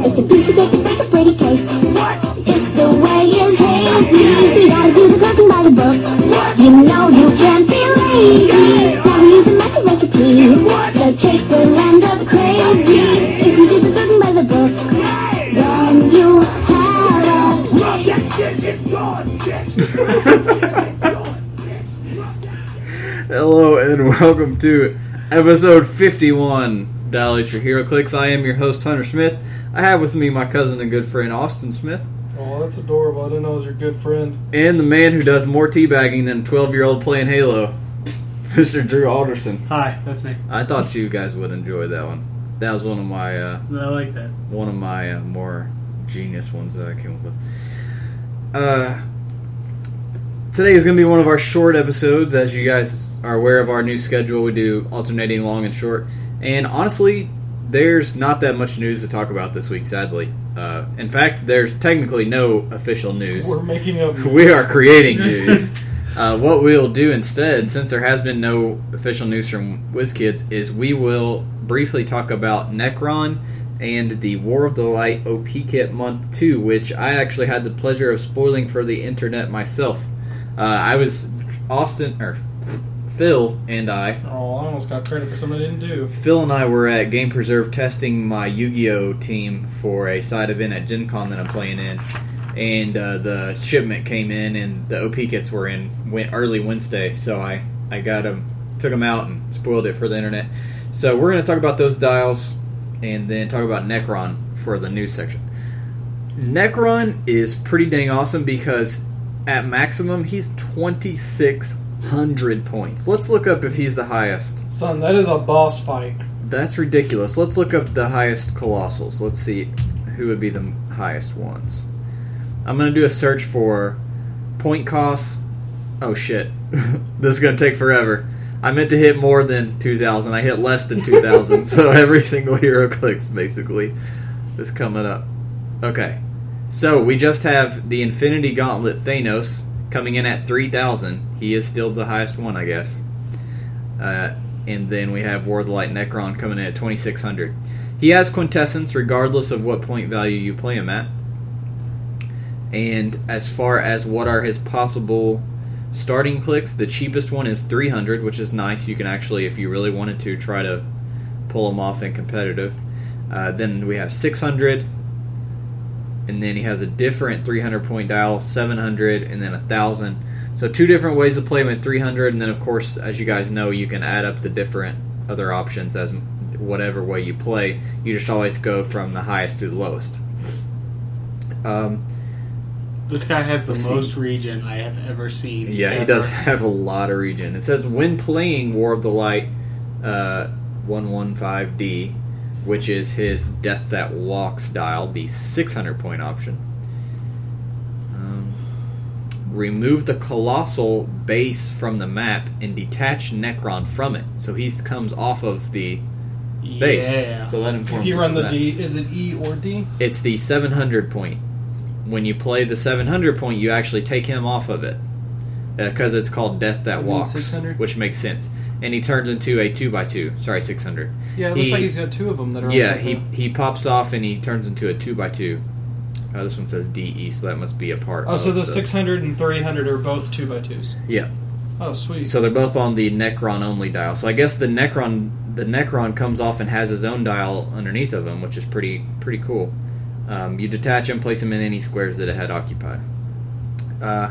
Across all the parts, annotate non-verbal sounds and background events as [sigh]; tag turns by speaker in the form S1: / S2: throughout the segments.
S1: It's a piece of cake and that's a pretty cake. It's the way it's hazy. You gotta do the cooking by the book. You know you can't be lazy. Gotta use the method recipe. The cake will end up crazy if you do the cooking by the book. Then you have a
S2: Hello and [laughs] welcome to episode 51 Dolly Your Hero Clicks. I am your host, Hunter Smith. I have with me my cousin and good friend, Austin Smith,
S3: Oh, that's adorable. I didn't know I was your good friend.
S2: and the man who does more teabagging than a 12 year old playing Halo, [laughs] Mr. Drew Alderson.
S4: Hi, that's me.
S2: I thought you guys would enjoy that one. That was one of my uh,
S4: I like that.
S2: one of my uh, more genius ones that I came up with. Uh, today is going to be one of our short episodes. As you guys are aware of our new schedule, we do alternating long and short. And honestly, there's not that much news to talk about this week, sadly. Uh, in fact, there's technically no official news. [laughs]
S3: We're making up.
S2: We are creating news. Uh, what we'll do instead, since there has been no official news from WizKids, is we will briefly talk about Necron and the War of the Light OP Kit Month 2, which I actually had the pleasure of spoiling for the internet myself. Uh, I was Austin, or Phil and I.
S3: Oh, I almost got credit for something I didn't do.
S2: Phil and I were at Game Preserve testing my Yu Gi Oh team for a side event at Gen Con that I'm playing in. And uh, the shipment came in, and the OP kits were in went early Wednesday. So I, I got them, took them out, and spoiled it for the internet. So we're going to talk about those dials and then talk about Necron for the news section. Necron is pretty dang awesome because at maximum, he's 2,600 points. Let's look up if he's the highest.
S3: Son, that is a boss fight.
S2: That's ridiculous. Let's look up the highest colossals. Let's see who would be the highest ones. I'm gonna do a search for point costs. Oh shit, [laughs] this is gonna take forever. I meant to hit more than 2,000. I hit less than 2,000, so every single hero clicks basically is coming up. Okay, so we just have the Infinity Gauntlet Thanos coming in at 3,000. He is still the highest one, I guess. Uh, and then we have War of the Light Necron coming in at 2600. He has Quintessence regardless of what point value you play him at. And as far as what are his possible starting clicks, the cheapest one is 300, which is nice. You can actually, if you really wanted to, try to pull him off in competitive. Uh, then we have 600. And then he has a different 300 point dial, 700, and then 1,000. So, two different ways to play him at 300. And then, of course, as you guys know, you can add up the different other options as m- whatever way you play. You just always go from the highest to the lowest. Um,
S4: This guy has the
S2: Let's see.
S4: most region I have ever seen.
S2: Yeah, he
S4: ever.
S2: does [laughs] have a lot of regen. It says when playing War of the Light, uh, one one five D, which is his Death That Walks dial, the six hundred point option. Um, remove the colossal base from the map and detach Necron from it, so he comes off of the base.
S4: Yeah.
S2: So that
S3: If
S2: informs
S3: you
S2: us
S3: run
S2: of
S3: the
S2: that.
S3: D, is it E or D?
S2: It's the 700 point. When you play the 700 point, you actually take him off of it because it's called Death That
S3: You mean
S2: Walks,
S3: 600?
S2: which makes sense. And he turns into a two by two. Sorry, 600.
S3: Yeah,
S2: it looks He- like he's
S3: got two of them that
S2: E. Yeah, he he pops off and he turns into a two by two. Uh, this one says DE, so that must be a part.
S3: Oh, so
S2: of
S3: the 600 and 300 are both 2 by 2s
S2: Yeah,
S3: Oh, sweet.
S2: so they're both on the Necron only dial. So I guess the Necron the Necron comes off and has his own dial underneath of him, which is pretty pretty cool. Um, you detach him, place him in any squares that it had occupied. Uh,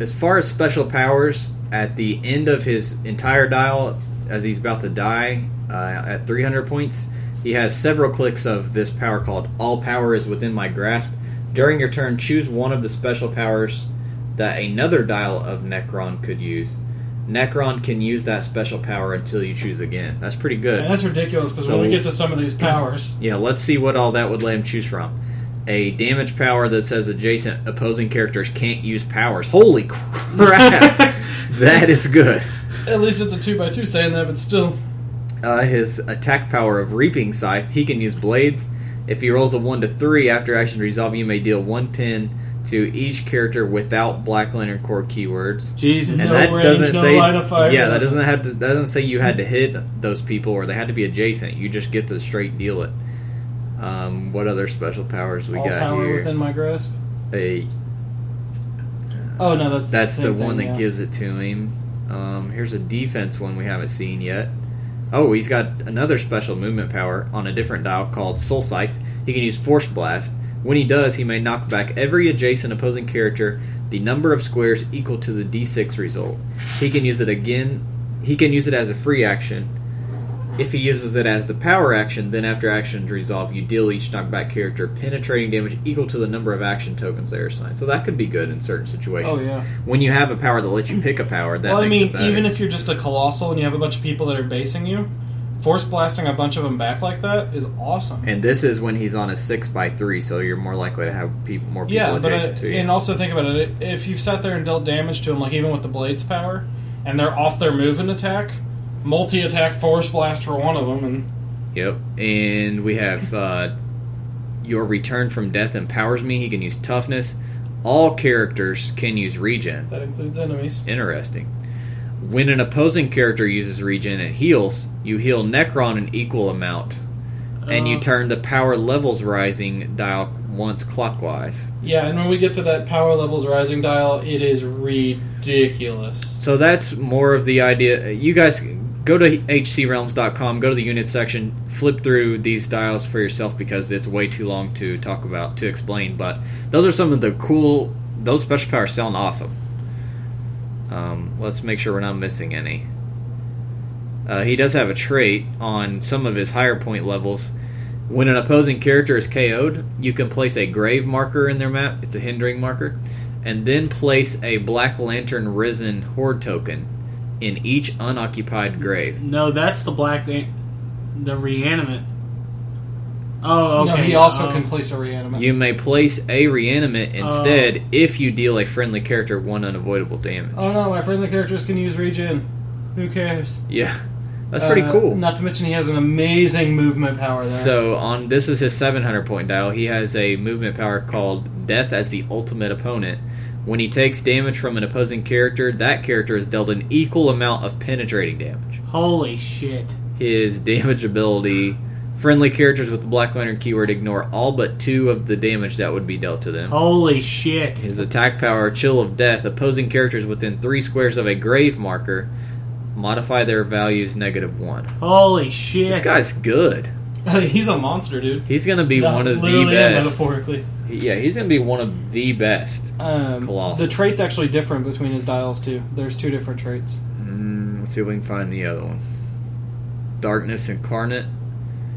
S2: as far as special powers, at the end of his entire dial, as he's about to die uh, at 300 points, he has several clicks of this power called All Power is Within My Grasp. During your turn, choose one of the special powers that another dial of Necron could use. Necron can use that special power until you choose again. That's pretty good.
S3: and that's ridiculous because
S2: So-
S3: when we get to some
S2: [laughs]
S3: of these powers,
S2: Yeah, let's see what all that would let him choose from. A damage power that says adjacent opposing characters can't use powers. Holy [laughs] crap! that is good.
S3: at least it's a 2 by 2 saying that, but still.
S2: Uh, his attack power of Reaping Scythe, he can use blades. If he rolls a 1 to 3 after action resolve, you may deal 1 pin to each character without Black Lantern Core keywords.
S4: Jesus.
S2: And
S3: No
S2: that
S3: range,
S2: doesn't
S3: no
S2: say
S3: line of fire.
S2: yeah, that doesn't have to that doesn't say you had to hit those people or they had to be adjacent. You just get to straight deal it. Um, what other special powers we
S3: All
S2: got
S3: power
S2: here?
S3: within my grasp.
S2: Hey,
S3: Oh no, that's
S2: that's
S3: the,
S2: the
S3: same
S2: one
S3: thing,
S2: that
S3: yeah.
S2: gives it to him. Um, here's a defense one we haven't seen yet. Oh, he's got another special movement power on a different dial called Soul Scythe. He can use Force Blast. When he does, he may knock back every adjacent opposing character the number of squares equal to the D6 result. He can use it again. He can use it as a free action. If he uses it as the power action, then after actions resolve, you deal each knockback character penetrating damage equal to the number of action tokens they are assigned. So that could be good in certain situations
S3: Oh yeah.
S2: when you have a power that lets you pick a power, that
S3: well, I
S2: makes
S3: mean,
S2: it better.
S3: even if you're just a colossal and you have a bunch of people that are basing you, force blasting a bunch of them back like that is awesome.
S2: and this is when he's on a six by three, so you're more likely to have people, more people
S3: yeah, but I,
S2: adjacent to you.
S3: and also think about it. If you've sat there and dealt damage to them, like even with the blade's power, and they're off their move and attack, multi-attack force blast for one of them, and
S2: yep, and we have uh, your return from death empowers me. He can use toughness. All characters can use regen.
S3: that includes enemies.
S2: Interesting. When an opposing character uses regen and heals, you heal Necron an equal amount, and you
S4: Uh.
S2: turn the power levels rising dial once clockwise.
S3: Yeah, and when we get to that power levels rising dial, it is ridiculous.
S2: So that's more of the idea. You guys go to hcrealms.com, go to the unit section, flip through these dials for yourself because it's way too long to talk about, to explain. But those are some of the cool, those special powers sound awesome. Um, let's make sure we're not missing any. Uh, he does have a trait on some of his higher point levels. When an opposing character is KO'd, you can place a grave marker in their map. It's a hindering marker. And then place a Black Lantern Risen Horde token in each unoccupied grave.
S4: No, that's the black thing. The reanimate. Oh,
S3: No,
S4: okay.
S3: he also
S4: um,
S3: can place a reanimate.
S2: You may place a reanimate instead if you deal a friendly character one unavoidable damage.
S3: oh no, my friendly characters can use regen. Who cares?
S2: Yeah. That's pretty
S3: Uh,
S2: cool.
S3: Not to mention he has an amazing movement power there.
S2: So on this is his 700 point dial. He has a movement power called Death as the Ultimate Opponent. When he takes damage from an opposing character, that character is dealt an equal amount of penetrating damage.
S4: Holy shit!
S2: His [laughs] damage ability, friendly characters with the Black Lantern keyword ignore all but two of the damage that would be dealt to them.
S4: Holy shit!
S2: His attack power, Chill of Death, opposing characters within three squares of a grave marker modify their values negative one.
S4: Holy shit!
S2: This guy's good.
S3: [laughs] he's a monster, dude.
S2: He's gonna be
S3: Not
S2: one of the
S3: literally and
S2: best.
S3: metaphorically.
S2: Yeah, he's gonna be one of the best.
S3: Um,
S2: Colossal.
S3: the traits actually different between his dials too. There's two different traits.
S2: Mm, let's see if we can find the other one. Darkness Incarnate.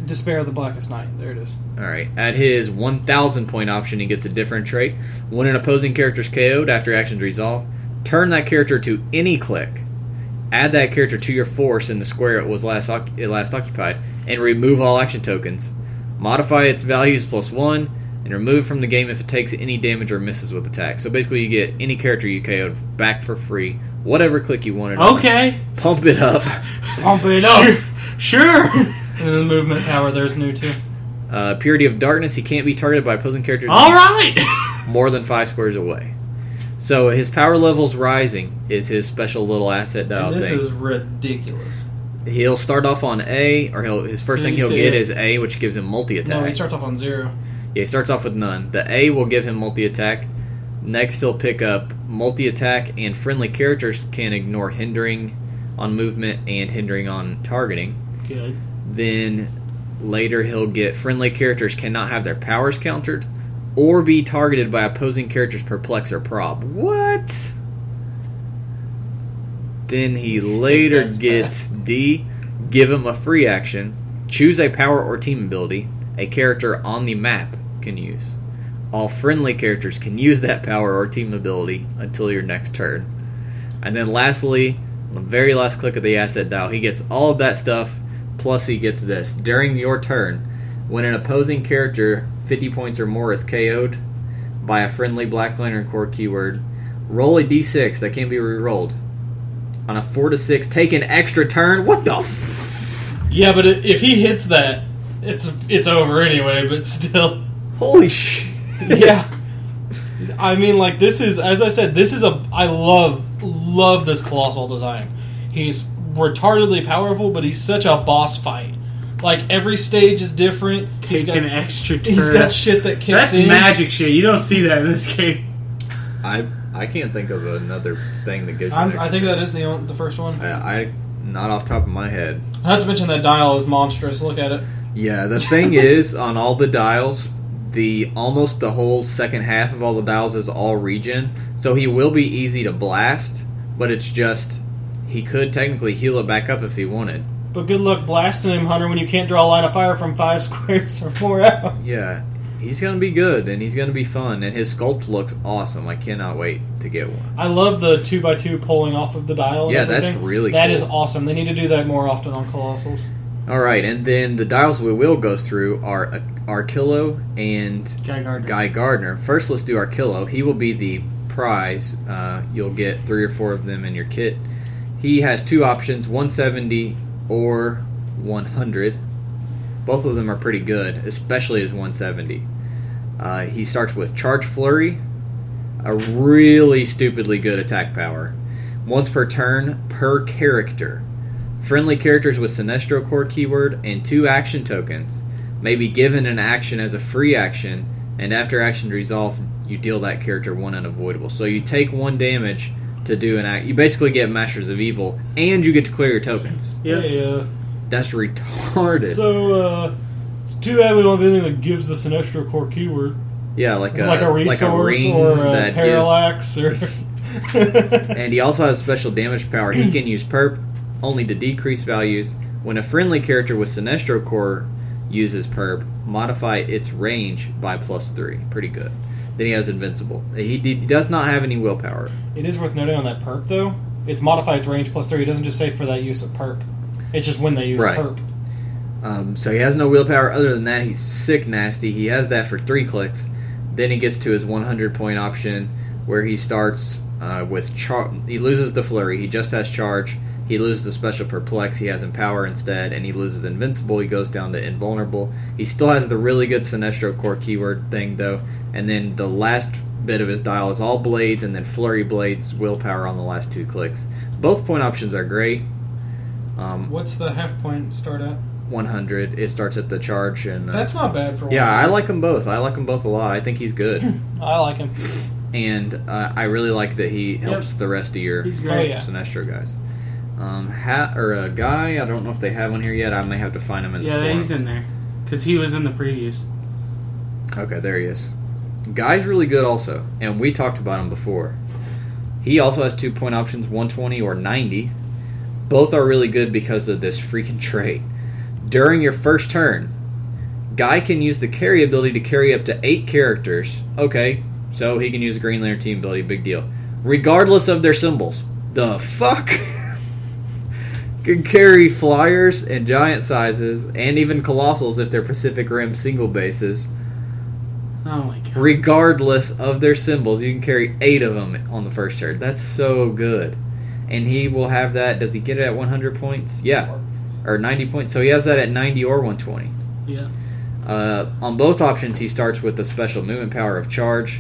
S3: Despair of the Blackest Night. There it is.
S2: All right. At his 1,000 point option, he gets a different trait. When an opposing character is KO'd after actions resolve, turn that character to any click. Add that character to your force in the square it was last oc- it last occupied, and remove all action tokens. Modify its values plus one, and remove from the game if it takes any damage or misses with attack. So basically, you get any character you KO'd back for free, whatever click you wanted. on.
S4: okay.
S2: Pump it up.
S3: Pump it up.
S4: Sure.
S3: And then the movement power. There's new too.
S2: Uh, Purity of Darkness. He can't be targeted by opposing characters
S4: All right.
S2: more than five squares away. So his power levels rising is his special little asset dial
S3: And this
S2: thing.
S3: is ridiculous.
S2: He'll start off on A, or he'll his first
S3: No,
S2: thing
S3: you
S2: he'll
S3: say
S2: get
S3: it.
S2: is A, which gives him multi attack.
S3: No, he starts off on zero.
S2: Yeah, he starts off with none. The A will give him multi attack. Next, he'll pick up multi attack, and friendly characters can ignore hindering on movement and hindering on targeting.
S4: Good.
S2: then later he'll get friendly characters cannot have their powers countered or be targeted by opposing characters perplex or prob what then he later
S3: That's
S2: gets d give him a free action choose a power or team ability a character on the map can use all friendly characters can use that power or team ability until your next turn and then lastly, on the very last click of the asset dial, he gets all of that stuff, plus he gets this. During your turn, when an opposing character 50 points or more is KO'd by a friendly Black Lantern Corps keyword, roll a d6 that can be re-rolled. On a 4 to 6, take an extra turn. What the f-
S3: Yeah, but i- if he hits that, it's it's over anyway. But still,
S2: Holy sh.
S3: [laughs] yeah. I mean, like this is as I said, this is a I love love this colossal design. He's retardedly powerful, but he's such a boss fight. Like every stage is different. he's
S4: Take
S3: got,
S4: an extra turn.
S3: he's got shit that kicks
S4: That's
S3: in.
S4: magic shit. You don't see that in this game.
S2: I I can't think of another thing that gives you.
S3: I'm,
S2: an
S3: I think
S2: extra-
S3: that is the on- the first one.
S2: I, I not off the top of my head.
S3: Not to mention that dial is monstrous. Look at it.
S2: Yeah, the thing is, on all the dials, the almost the whole second half of all the dials is all regen, so he will be easy to blast. But it's just he could technically heal it back up if he wanted.
S3: But good luck blasting him, Hunter, when you can't draw a line of fire from five [laughs] squares or more out.
S2: Yeah, he's gonna be good and he's gonna be fun, and his sculpt looks awesome. I cannot wait to get one.
S3: I love the two by two pulling off of the dial. and
S2: Yeah, that's
S3: everything.
S2: really
S3: That
S2: cool.
S3: is awesome. They need to do that more often on Colossals.
S2: All right, and then the dials we will go through are uh, Arkillo and
S4: Guy Gardner.
S2: Guy Gardner. First, let's do Arkillo. He will be the prize. Uh, you'll get three or four of them in your kit. He has two options 170 or 100. Both of them are pretty good, especially his 170. Uh, he starts with Charge Flurry, a really stupidly good attack power. Once per turn, per character. Friendly characters with Sinestro Core keyword and two action tokens may be given an action as a free action, and after action resolve, you deal that character one unavoidable. So you take one damage to do an act. You basically get Masters of Evil, and you get to clear your tokens.
S4: Yeah.
S3: yeah.
S2: That's retarded.
S3: So, uh, it's too bad we don't have anything that gives this an extra core keyword.
S2: yeah, like a
S3: like a resource
S2: ring
S3: or a
S2: that gives- [laughs]
S3: parallax or. [laughs]
S2: and he also has special damage power. He can use perp only to decrease values. When a friendly character with Sinestro Core uses perp, modify its range by plus three. Pretty good. Then he has invincible. He, he does not have any willpower.
S3: it is worth noting on that perp, though. It's modified its range plus three. It doesn't just say for that use of perp, it's just when they use
S2: Right.
S3: perp.
S2: Um, so he has no willpower. Other than that, he's sick nasty. He has that for three clicks. Then he gets to his 100 point option where he starts uh, with char. He loses the flurry. He just has charge. He loses the special perplex. He has empower instead, and he loses invincible. He goes down to invulnerable. He still has the really good Sinestro core keyword thing though. And then the last bit of his dial is all blades, and then flurry blades, willpower on the last two clicks. Both point options are great. Um,
S3: What's the half point start at?
S2: 100. It starts at the charge and uh,
S3: That's not bad for one.
S2: yeah. I like them both. I like them both a lot. I think he's
S3: [laughs]
S2: good,
S3: I like him.
S2: and uh, I really like that he helps the rest of your
S4: He's
S3: Oh,
S4: great.
S3: yeah.
S2: Sinestro guys. Um, hat or a guy? I don't know if they have one here yet. I may have to find him in
S4: Yeah,
S2: the forums.
S4: he's in there because he was in the previews.
S2: Okay, there he is. Guy's really good also, and we talked about him before. He also has two point options, 120 or 90. Both are really good because of this freaking trait. During your first turn, Guy can use the carry ability to carry up to eight characters. Okay, so he can use the Green Lantern team ability, big deal. Regardless of their symbols. The fuck? [laughs] can carry flyers and giant sizes, and even colossals if they're Pacific Rim single bases
S4: Oh my god.
S2: regardless of their symbols. You can carry eight of them on the first turn. That's so good. And he will have that. Does he get it at 100 points? Yeah. Or 90 points. So he has that at 90 or 120.
S4: yeah.
S2: Uh, on both options, he starts with the special movement power of charge,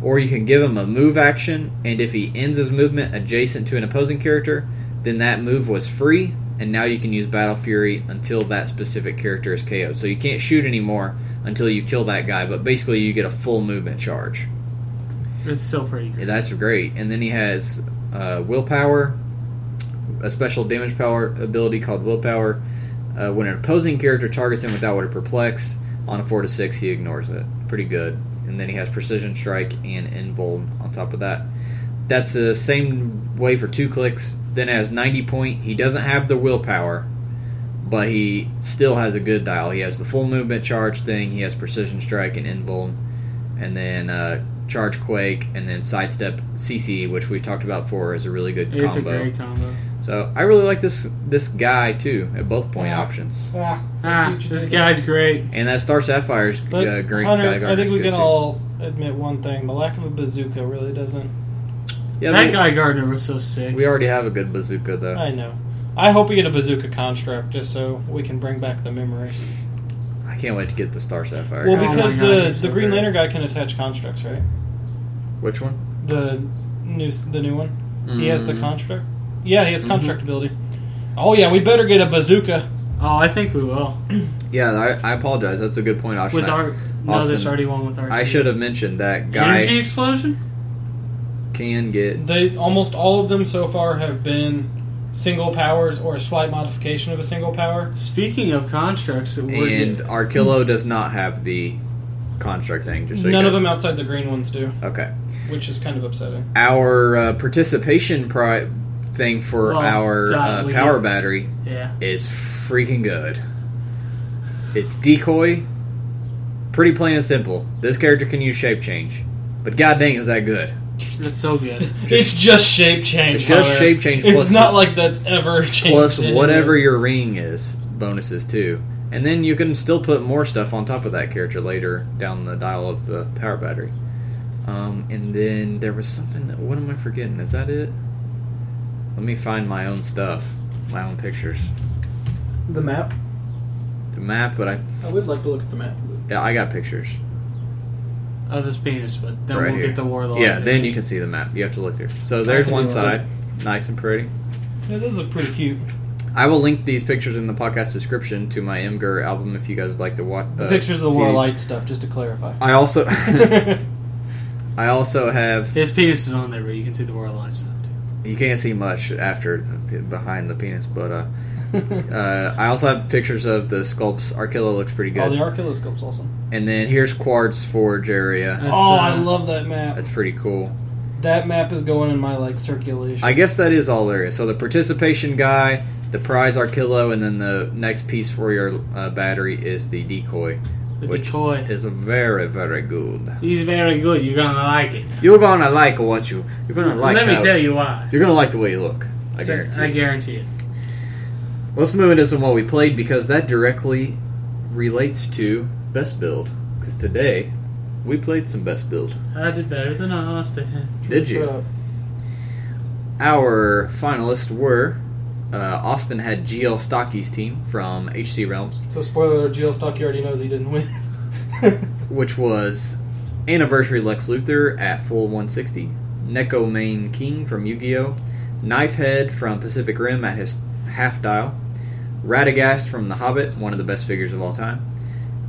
S2: or you can give him a move action, and if he ends his movement adjacent to an opposing character, then that move was free, and now you can use Battle Fury until that specific character is KO'd. So you can't shoot anymore until you kill that guy, but basically you get a full movement charge.
S4: It's still pretty
S2: Yeah,
S4: great.
S2: That's great. And then he has uh, willpower, a special damage power ability called willpower. Uh, when an opposing character targets him without what a perplex, on a four to six, he ignores it. Pretty good. And then he has precision strike and invuln on top of that. That's the same way for two clicks. Then it has ninety point. He doesn't have the willpower, but he still has a good dial. He has the full movement charge thing. He has precision strike and invuln, and then uh, charge quake, and then sidestep CC, which we've talked about before, is a really good
S4: It's
S2: combo.
S4: a great combo.
S2: So I really like this this guy too at both point
S3: Yeah.
S2: options,
S3: Ah,
S4: Ah, this guy's great.
S2: and that Star Sapphire's
S3: But
S2: uh, great
S3: Hunter,
S2: guy.
S3: I think
S2: Gardner's
S3: we
S2: good,
S3: can
S2: too.
S3: all admit one thing: the lack of a bazooka really doesn't.
S2: Yeah,
S4: that
S2: but
S4: guy Gardner was so sick.
S2: We already have a good bazooka though.
S3: I know. I hope we get a bazooka construct just so we can bring back the memories.
S2: I can't wait to get the Star Sapphire.
S3: Well,
S4: Oh my
S3: because
S4: God,
S3: the
S4: he's so
S3: the Green
S2: great.
S3: Lantern guy can attach constructs, right?
S2: Which one?
S3: The new the new one. He has the
S2: Mm. Mm-hmm.
S3: construct. Yeah, he has construct ability. Oh yeah, we better get a bazooka.
S4: Oh, I think we will.
S2: Yeah, I, I apologize. That's a good point, Austin.
S4: With our no, there's
S2: Austin,
S4: already one with our.
S2: I should have mentioned that guy
S4: Energy explosion.
S2: can get.
S3: They almost all of them so far have been single powers or a slight modification of a single power.
S4: Speaking of constructs that were
S2: And Arkillo does not have the construct thing. Just so you
S3: None of
S2: guys-
S3: them outside the green ones do,
S2: Okay.
S3: which is kind of upsetting.
S2: Our uh, participation pri- thing for
S4: Well,
S2: our
S4: God,
S2: uh,
S4: we
S2: power
S4: did-
S2: battery
S4: yeah,
S2: is freaking good. It's decoy. Pretty plain and simple. This character can use shape change. But god dang is that good.
S4: that's so good.
S3: it's just shape change.
S2: It's just
S3: Tyler.
S2: shape change
S3: It's
S2: plus-
S3: not like that's ever [laughs] changed.
S2: Plus
S3: anyway.
S2: whatever your ring is, bonuses too. And then you can still put more stuff on top of that character later down the dial of the power battery. Um, and then there was something that, what am I forgetting? Is that it? Let me find my own stuff. My own pictures.
S3: The map.
S2: The map, but I
S3: I would like to look at the map.
S2: yeah, I got pictures.
S4: of his penis, but then
S2: right
S4: we'll
S2: here.
S4: get the warlord.
S2: Yeah, then you can see the map. You have to look through. So there's
S3: can
S2: one
S3: do it.
S2: side, nice and pretty.
S3: Yeah, those are pretty cute.
S2: I will link these pictures in the podcast description to my Imgur album if you guys would like to watch uh,
S3: The pictures of the war light stuff, just
S2: [laughs]
S3: to clarify.
S2: I
S3: [laughs]
S2: also, I also have.
S4: His penis is on there, but you can see the warlord stuff. too.
S2: You can't see much after the, behind the penis, but uh, uh, I also have pictures of the sculpts. Arkilla looks pretty
S3: Oh,
S2: good,
S3: the Archilla sculpt's awesome.
S2: and then here's Quartz for Jaria.
S4: That's,
S3: oh, I
S4: uh,
S3: love that map.
S2: That's pretty cool.
S3: That map is going in my like circulation.
S2: I guess that is all there is. So the participation guy, the prize Arkillo, and then the next piece for your uh, battery is the decoy,
S4: The
S2: which
S4: decoy.
S2: is very very good.
S4: He's very good. You're gonna like it.
S2: You're gonna like what you. You're gonna like.
S4: Let me
S2: how-
S4: tell you why.
S2: You're gonna like the way you look. I guarantee.
S4: I
S2: it.
S4: guarantee it.
S2: Let's move into some what we played because that directly relates to best build. Because today we played some best build.
S4: I did better than Austin.
S2: Did you?
S3: Shut up.
S2: Our finalists were uh, Austin had GL Stocky's team from HC Realms,
S3: So spoiler alert, GL Stocky already knows he didn't win.
S2: which was Anniversary Lex Luthor at full 160, Neko Main King from Yu Gi Oh!, Knifehead from Pacific Rim at his half dial, Radagast from The Hobbit, one of the best figures of all time,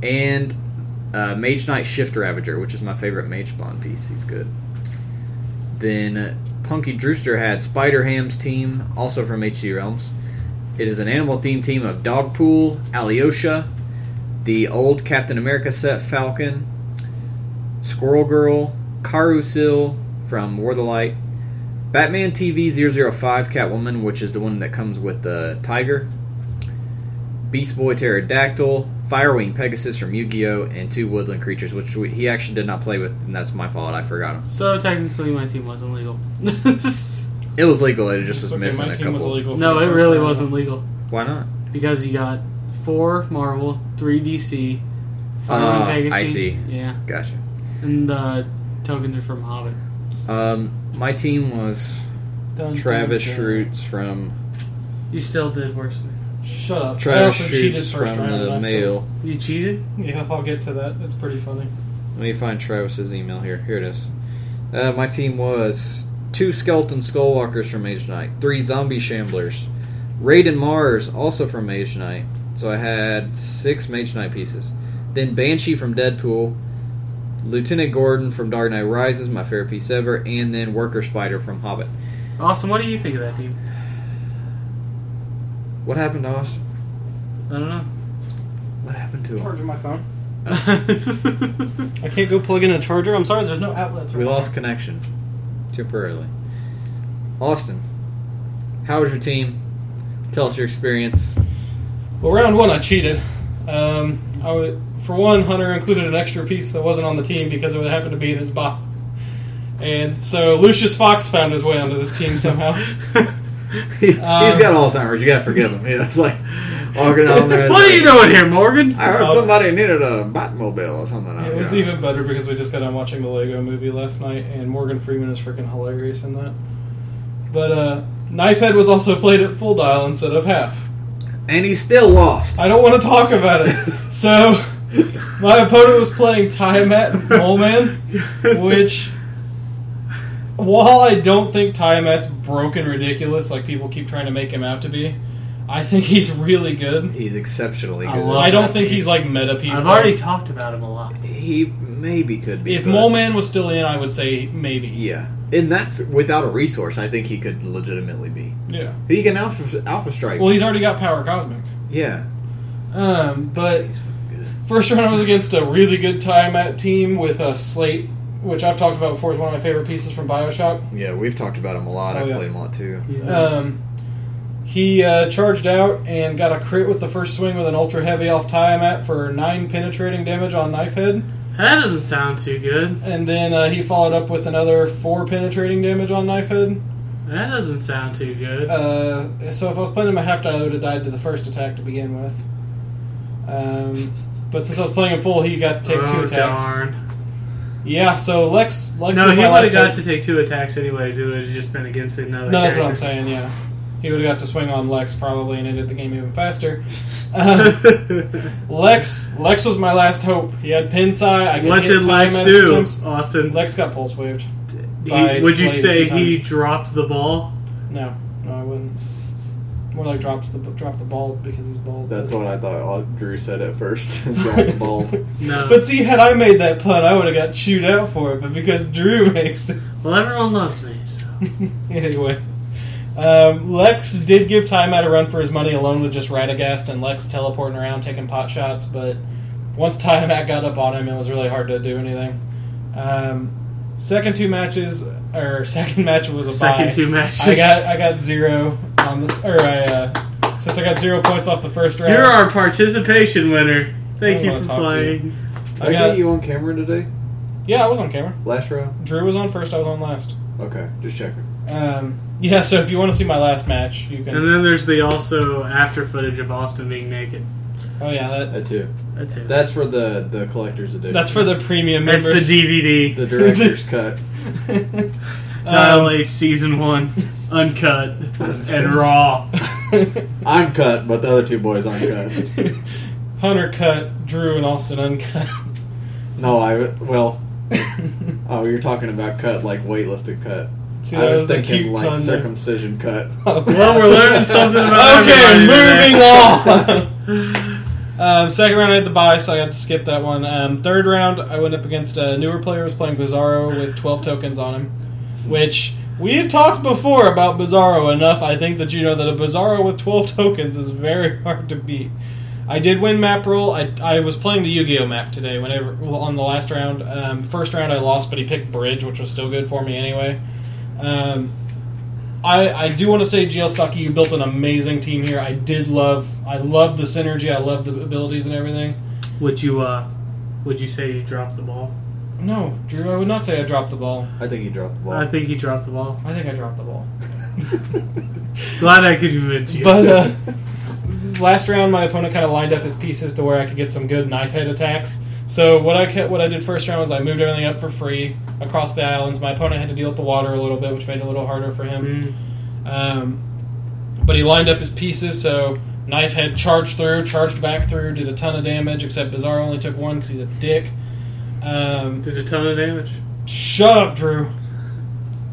S2: and uh, Mage Knight Shift Ravager, which is my favorite Mage Spawn piece. He's good. Then uh, Punky Drewster had Spider Ham's team, also from HC Realms. It is an animal themed team of Dogpool, Alyosha, the old Captain America set Falcon, Squirrel Girl, Carusil from War of the Light, Batman TV 005 Catwoman, which is the one that comes with the tiger, Beast Boy Pterodactyl, Firewing Pegasus from Yu Gi Oh!, and two woodland creatures, which we, he actually did not play with, and that's my fault. I forgot him.
S4: So technically, my team wasn't legal. [laughs]
S2: It was legal, it [laughs] just was
S3: It's okay,
S2: missing
S3: my
S2: a
S3: team was
S2: couple.
S3: illegal for
S4: no,
S3: the
S4: it
S3: first
S4: really
S3: round.
S4: wasn't legal
S2: Why not?
S4: because you got four Marvel, three DC. five
S2: Ah,
S4: Legacy.
S2: I see.
S4: Yeah,
S2: Gotcha.
S4: and the tokens are from Hobbit.
S2: Um, my team was
S3: Dun,
S2: Travis
S3: dun, dun.
S2: Schrutes from
S4: You still did worse. than me.
S3: Shut up.
S2: Travis
S3: I also cheated
S2: Schrutes
S3: first
S2: from
S3: round. and
S2: the
S3: I still-
S2: mail.
S4: You cheated.
S3: Yeah, I'll get to that. It's pretty funny.
S2: Let me find Travis's email here. Here it is. Uh, my team was two skeleton skullwalkers from Mage Knight, three zombie shamblers, Raiden Mars also from Mage Knight. So I had six Mage Knight pieces. Then Banshee from Deadpool, Lieutenant Gordon from Dark Knight Rises, my favorite piece ever, and then Worker Spider from Hobbit.
S4: Austin, what do you think of that team?
S2: What happened to us?
S4: I don't know.
S2: What happened to him?
S3: Charging my phone. I can't go plug in a charger. I'm sorry. There's no outlets.
S2: We lost connection temporarily. Austin, how was your team? Tell us your experience.
S3: Well, round one, I cheated. Um, I wa- for one, Hunter included an extra piece that wasn't on the team because it happened to be in his box. And so Lucius Fox found his way onto this team somehow.
S2: He- [laughs] He's got Alzheimer's. You gotta forgive him. Yeah, it's like walking on there.
S4: [laughs] what are you doing here, Morgan?
S2: I heard somebody needed a Batmobile or something.
S3: it was even better because we just got done watching the Lego movie last night, and Morgan Freeman is freaking hilarious in that. But uh, Knifehead was also played at full dial instead of half.
S2: and he still lost.
S3: I don't want to talk about it. So, my opponent was playing Tiamat and Moleman, which, while I don't think Tiamat's broken ridiculous like people keep trying to make him out to be, I think he's really good.
S2: He's exceptionally
S4: I
S2: good.
S4: love-
S3: I don't think
S4: piece.
S3: he's like meta piece.
S4: I've
S3: though.
S4: already talked about him a lot.
S2: he maybe could be.
S3: If
S2: but-
S3: Mole Man was still in, I would say maybe.
S2: Yeah, and that's without a resource. I think he could legitimately be.
S3: Yeah.
S2: He can alpha alpha strike.
S3: Well, he's already got power cosmic.
S2: yeah,
S3: Um, but
S2: he's fucking good.
S3: first round was against a really good Tiamat team with a slate, which I've talked about before is one of my favorite pieces from Bioshock.
S2: Yeah, we've talked about him a lot.
S3: Oh,
S2: I've
S3: yeah.
S2: played him a lot too.
S4: He's nice.
S3: Um, he uh, charged out and got a crit with the first swing with an ultra heavy off Tiamat for nine penetrating damage on Knifehead,
S4: that doesn't sound too good.
S3: and then uh, he followed up with another four penetrating damage on Knifehead.
S4: That doesn't sound too good.
S3: Uh, so if I was playing him a half die, I would have died to the first attack to begin with. Um, but since I was playing him full, he got to take two
S4: oh,
S3: attacks.
S4: darn.
S3: Yeah, so Lex, Lex
S4: No,
S3: was
S4: he
S3: my
S4: would
S3: last
S4: have got
S3: hope.
S4: to take two attacks anyways. It would have just been against another.
S3: No, that's what I'm saying.
S4: character.
S3: Yeah, he would have got to swing on Lex probably and ended the game even
S4: [laughs]
S3: faster. Uh, Lex, Lex was my last hope. He had Pinsai. I could
S4: what
S3: hit
S4: did
S3: time
S4: Lex
S3: at
S4: do,
S3: times.
S4: Austin?
S3: Lex got pulse waved.
S4: He-
S3: by
S4: would you
S3: Slade a
S4: say
S3: few
S4: he
S3: times.
S4: dropped the ball?
S3: No, no, I wouldn't. More like drops the drop the ball because he's bald. [laughs]
S2: what I thought Drew said at first. [laughs]
S4: No.
S3: But see, had I made that pun, I would have got chewed out for it. But because Drew [laughs] makes it
S4: well, everyone loves me, so.
S3: [laughs] anyway, um, Lex did give time out a run for his money alone with just Radagast and Lex teleporting around taking pot shots. But once Tiamat got up on him, it was really hard to do anything. Um, second two matches, or [laughs] second match was a
S4: Second
S3: bye.
S4: two matches.
S3: I got I got zero on this, or I uh, since I got zero points off the first round.
S4: [laughs] You're our participation winner. Thank
S3: I
S4: you
S3: wanna
S4: for
S3: talk to you.
S4: playing.
S2: I got you on camera today.
S3: yeah, I was on camera.
S2: Last round.
S3: Drew was on first. I was on last.
S2: Okay, just checking.
S3: Um, yeah, so if you want to see my last match, you can.
S4: And then there's the also after footage of Austin being naked.
S3: oh yeah, that,
S2: That too.
S4: That's it.
S2: That's for the the collector's edition.
S3: that's for the premium
S4: That's the
S3: members.
S2: [laughs]
S4: DVD.
S2: the
S3: [laughs]
S2: director's cut.
S4: Dial
S3: Um, [laughs]
S4: H season one, [laughs] uncut and raw.
S2: I'm cut, but the other two boys aren't cut.
S3: Hunter cut, Drew and Austin
S2: [laughs]
S3: uncut.
S2: No, I well. Oh, you're talking about cut like weightlifting cut.
S3: See,
S2: I
S3: that
S2: was,
S3: the
S2: thinking
S3: cute
S2: like
S3: pun there.
S2: circumcision
S3: [laughs]
S2: cut.
S4: Well, we're learning something about
S3: Okay,
S4: everybody
S3: moving
S4: today.
S3: on. [laughs] um, second round I had the buy, so I got to skip that one. Um, third round I went up against a newer player who was playing Bizarro with 12 tokens on him, which we have talked before about Bizarro enough. I think that you know that a Bizarro with 12 tokens is very [laughs] hard to beat. I did win map roll. I, I was playing the Yu-Gi-Oh map today. Whenever well, on the last round, um, first round I lost, but he picked Bridge, which was still good for me anyway. Um, I, I do want to say, GL Stocky, you built an amazing team here. I did love, I love the synergy. I love the abilities and everything.
S4: Would you uh would you say you dropped the ball?
S3: No, Drew, I would not say I dropped the ball.
S2: I think he dropped the ball. [laughs]
S4: I think you dropped the ball.
S3: I think I dropped the ball.
S4: Glad I could convince you.
S3: But uh, [laughs] last round, my opponent kind of lined up his pieces to where I could get some good knife head attacks. So what I kept, what I did first round was I moved everything up for free across the islands. My opponent had to deal with the water a little bit, which made it a little harder for him.
S4: Mm.
S3: Um, but he lined up his pieces, so Knife Head charged through, charged back through, did a ton of damage, except Bizarre only took one because he's a dick. Um,
S4: did a ton of damage.
S3: shut up, Drew.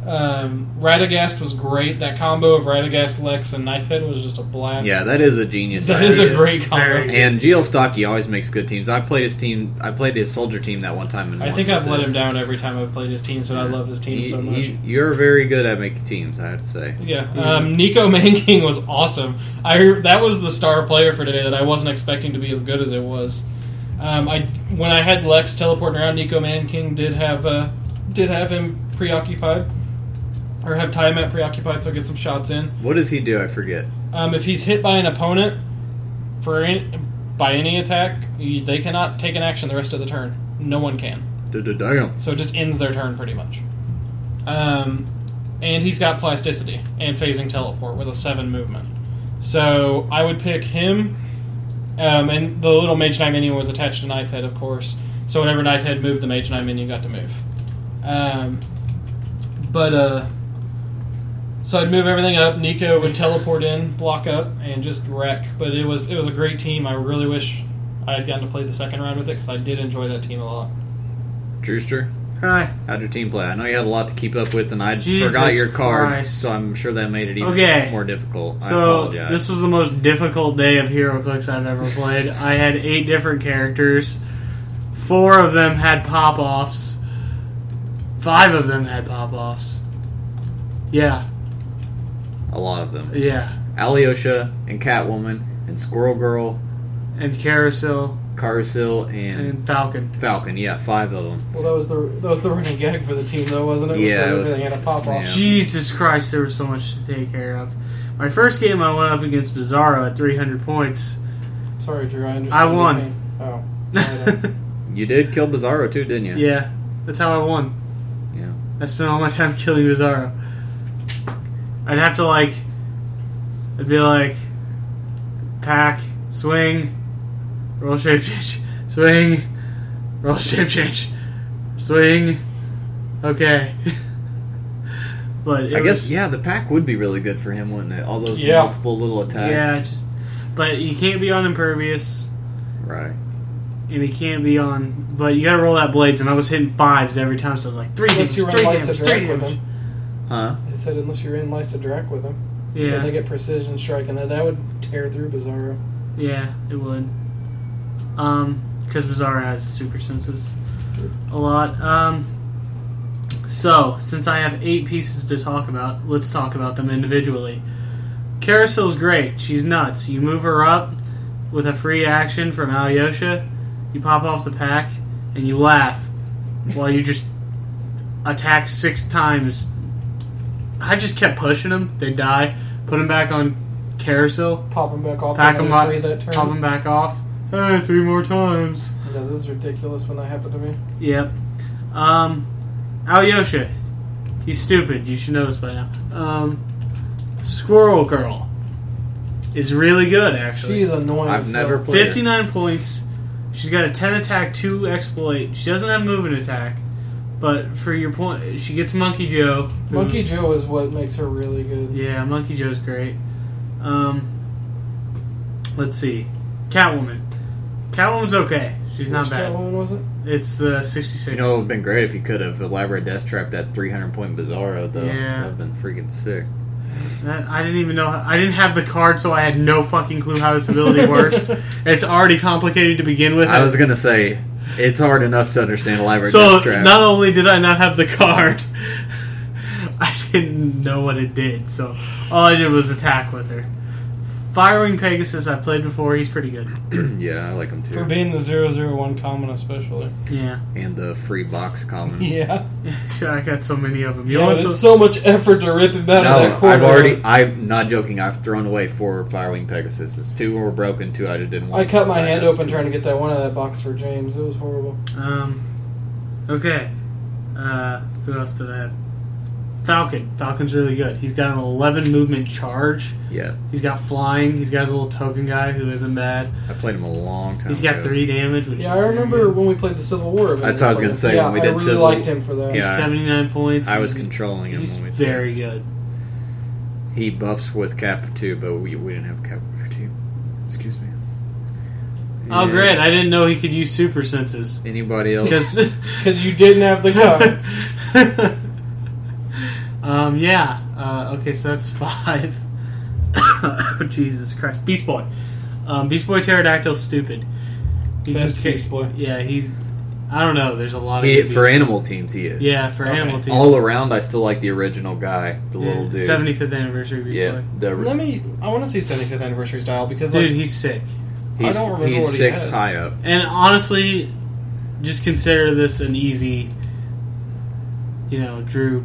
S3: Um, Radagast was great. That combo of Radagast, Lex, and Knife Head was just a blast.
S2: yeah, that is a genius.
S3: That
S2: idea.
S3: is a
S4: is
S3: great combo.
S4: very-
S2: And GL Stocky always makes good teams. I played his team. I played his soldier team that one time. And
S3: I
S2: won
S3: think
S2: with
S3: I've let
S2: it.
S3: him down every time I've played his teams, but I love his team
S2: You-
S3: so much.
S2: you- you're very good at making teams. I have to say.
S3: Yeah, um, Nico [laughs] Manking was awesome. I that was the star player for today that I wasn't expecting to be as good as it was. Um, I when I had Lex teleporting around, Nico Manking did have uh, did have him preoccupied or have time at preoccupied, so get some shots in.
S2: What does he do? I forget.
S3: Um, if he's hit by an opponent for any, by any attack, you- they cannot take an action the rest of the turn. No one can.
S2: Damn.
S3: So it just ends their turn pretty much. Um, and he's got plasticity and phasing teleport with a seven movement. So I would pick him. Um, and the little Mage Knight minion was attached to Knife Head, of course. So whenever Knife Head moved, the Mage Knight minion got to move. Um, but uh, so I'd move everything up. Nico would teleport in, block up, and just wreck. But it was it was a great team. I really wish I had gotten to play the second round with it because I did enjoy that team a lot.
S2: Drewster.
S4: Cry.
S2: How'd your team play? I know you had a lot to keep up with, and I
S4: Jesus
S2: forgot your cards,
S4: Christ.
S2: so I'm sure that made it even
S4: Okay.
S2: more difficult. I
S4: So
S2: apologize.
S4: this was the most difficult day of HeroClix I've ever played. I had eight different characters. Four of them had pop offs. Five of them had pop offs. Yeah,
S2: a lot of them.
S4: yeah.
S2: Alyosha and Catwoman and Squirrel Girl,
S4: And Carousel
S2: Carousel and,
S4: and Falcon.
S2: Falcon. Yeah, five of them.
S3: Well, that was the that was the running gag for the team, though, wasn't it?
S2: Yeah, it
S3: was
S2: was-
S3: everything had a pop off.
S2: Yeah.
S4: Jesus Christ, there was so much to take care of. My first game, I went up against Bizarro at 300 points.
S3: Sorry, Drew. I understand.
S4: I
S3: your
S4: won.
S3: pain.
S2: [laughs]
S3: Oh, I
S4: [laughs] yeah,
S2: You did kill Bizarro too, didn't you?
S4: that's how I won.
S2: Yeah.
S4: I spent all my time [laughs] killing Bizarro. I'd have to like, I'd be like, pack, swing, roll shape change, [laughs] swing, roll shape change, swing. Okay. [laughs] but it
S2: I guess
S4: was-
S2: yeah, the pack would be really good for him, wouldn't it? All those
S3: Yeah.
S2: multiple little attacks.
S4: yeah, just but you can't be on impervious.
S2: Right.
S4: and he can't be on. But you gotta roll out blades, and I was hitting fives every time, so I was like three
S3: Unless
S4: damage,
S3: you
S4: three
S3: run Lysa
S4: damage, three
S3: Direct with
S4: damage.
S3: him.
S2: Huh?
S3: It said unless you're in Lysa Direct with him. Yeah. And they
S4: Yeah,
S3: get precision strike, and that, that would tear through Bizarro.
S4: yeah, it would. Um, because Bizarro has super senses a lot. Um, so since I have eight pieces to talk about, let's talk about them individually. Carousel's great. She's nuts. You move her up with a free action from Alyosha. You pop off the pack and you laugh while you just attack six times. I just kept pushing them. They die. Put them back on carousel.
S3: Pop him back off.
S4: Pack
S3: another
S4: them up.
S3: three that turn.
S4: Pop them back off. Hey, three more times.
S3: Yeah, that was ridiculous when that happened to me.
S4: Yep. Um, Alyosha. He's stupid. You should know this by now. Um, Squirrel Girl is really good, actually.
S3: She is annoying.
S2: I've
S3: as
S2: never
S3: hell.
S2: played. her.
S4: 59 points. She's got a 10 attack, 2 exploit. She doesn't have movement attack. But for your point, she gets Monkey Joe. who-
S3: Monkey Joe is what makes her really good.
S4: Yeah, Monkey Joe's great. Um, let's see. Catwoman. Catwoman's okay. She's not
S3: Which
S4: bad.
S3: Catwoman was it?
S4: It's the 66.
S2: You know, it would have been great if you could have elaborate death trap that 300 point Bizarro, though.
S4: Yeah.
S2: That would have been freaking sick.
S4: That, Uh, I didn't even know. How, I didn't have the card, so I had no fucking clue how
S3: [laughs]
S4: this ability worked. it's already complicated to begin with.
S2: I was going to say, it's hard enough to understand elaborate
S4: so
S2: death trap.
S4: not only did I not have the card, [laughs] I didn't know what it did. So all I did was attack with her. Firing Pegasus, I've played before. He's pretty good.
S2: [clears throat] yeah, I like them too.
S3: For being the 001 common, especially.
S4: Yeah, [laughs]
S2: and the free box common.
S3: [laughs] Yeah.
S4: Shit, I got so many of them. You
S3: yeah,
S4: want
S3: it's
S4: some-
S3: so much effort to rip him out of
S2: No,
S3: that corner.
S2: I've already. I'm not joking. I've thrown away four Firewing Pegasuses. Two were broken. Two I just didn't. want
S3: I cut my
S2: sign
S3: hand
S2: up
S3: open
S2: to.
S3: trying to get that one out of that box for James. It was horrible.
S4: Um, okay. Uh, who else did I have? Falcon. Falcon's really good. He's got an 11 movement charge.
S2: Yeah,
S4: He's got flying. He's got his little token guy who isn't bad.
S2: I played him a long time.
S4: He's got
S2: ago.
S4: three damage, which
S3: Yeah,
S4: is
S3: I remember when we played the Civil War.
S2: That's what I was gonna say,
S3: Yeah,
S2: when we
S3: I
S2: did
S3: really
S2: Civil-
S3: liked him for that.
S2: Yeah.
S4: seventy nine points.
S2: I was
S4: He's-
S2: controlling him.
S4: He's
S2: when we played.
S4: very good.
S2: He buffs with Cap two, but we, we didn't have Cap two. Excuse me.
S4: Oh,
S2: And
S4: great! I didn't know he could use super senses
S2: [laughs] Anybody else?
S4: because.
S3: Because you didn't have the [laughs] gun.
S4: um. Yeah. Uh, okay. So that's five. [coughs] Jesus Christ, Beast Boy. Um, Beast Boy Pterodactyl's stupid. He
S3: Best
S4: kick-
S3: Beast Boy.
S4: Yeah, he's. I don't know. There's a lot of
S2: He-
S4: good
S2: for
S4: Beast-
S2: animal teams, he is.
S4: Yeah, for
S3: Okay.
S4: animal teams.
S2: All around, I still like the original guy, the little dude.
S4: Seventy fifth anniversary Beast
S2: Yeah.
S4: Boy.
S2: The,
S3: Let me. I want to see 75th anniversary style because
S4: Dude,
S3: like,
S4: he's sick.
S2: he's,
S3: don't remember
S2: he's
S3: what he
S2: sick
S3: has.
S2: tie up.
S4: And honestly, just consider this an easy, you know, Drew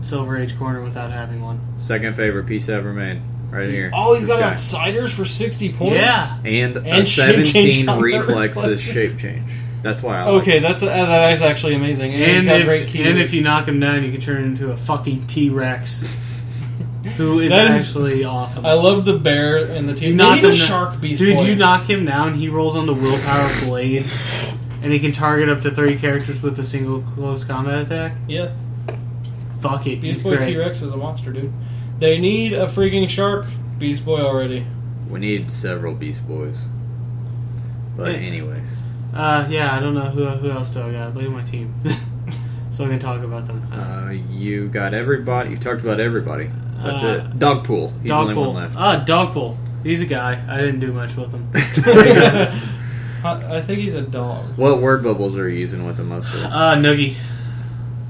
S4: Silver Age corner without having one.
S2: Second favorite piece ever made, right here.
S3: oh, he's
S2: This
S3: got
S2: guy.
S3: outsiders for 60 points.
S4: Yeah.
S2: and, a
S3: And shape change [laughs]
S2: 17
S3: on the
S2: reflexes
S3: reflexes.
S2: shape change. That's why I like
S3: Okay, that's uh, that is actually amazing, and, he's
S4: And
S3: got great
S4: if,
S3: keys.
S4: and if you knock him down, you can turn into a fucking
S3: [laughs]
S4: T Rex, who is
S3: That is-
S4: actually awesome.
S3: I love the bear and the team.
S4: You
S3: They need a
S4: him down-
S3: shark beast.
S4: Dude,
S3: boy.
S4: you knock him down, he rolls on
S3: [laughs]
S4: the willpower blade, and he can target up to three characters with a single close combat attack.
S3: Yeah,
S4: Fuck it,
S3: Beast
S4: he's
S3: Boy
S4: great.
S3: T Rex is a monster, dude. They need a freaking shark Beast Boy [laughs] already.
S2: it. We need several Beast Boys. But
S4: Yeah.
S2: anyways,
S4: Uh, yeah, I don't know who who else do I got. Look at my team. [laughs] so I can talk about them.
S2: Uh, you got everybody. You talked about everybody. That's
S4: Uh,
S2: it. Dogpool. He's the only
S4: Dogpool.
S2: one left.
S4: Ah, Dogpool. He's a guy. I didn't do much
S2: [laughs]
S4: with him.
S3: Uh, I, I think he's a dog.
S2: what word bubbles are you using with the most? Of?
S4: Uh, Noogie,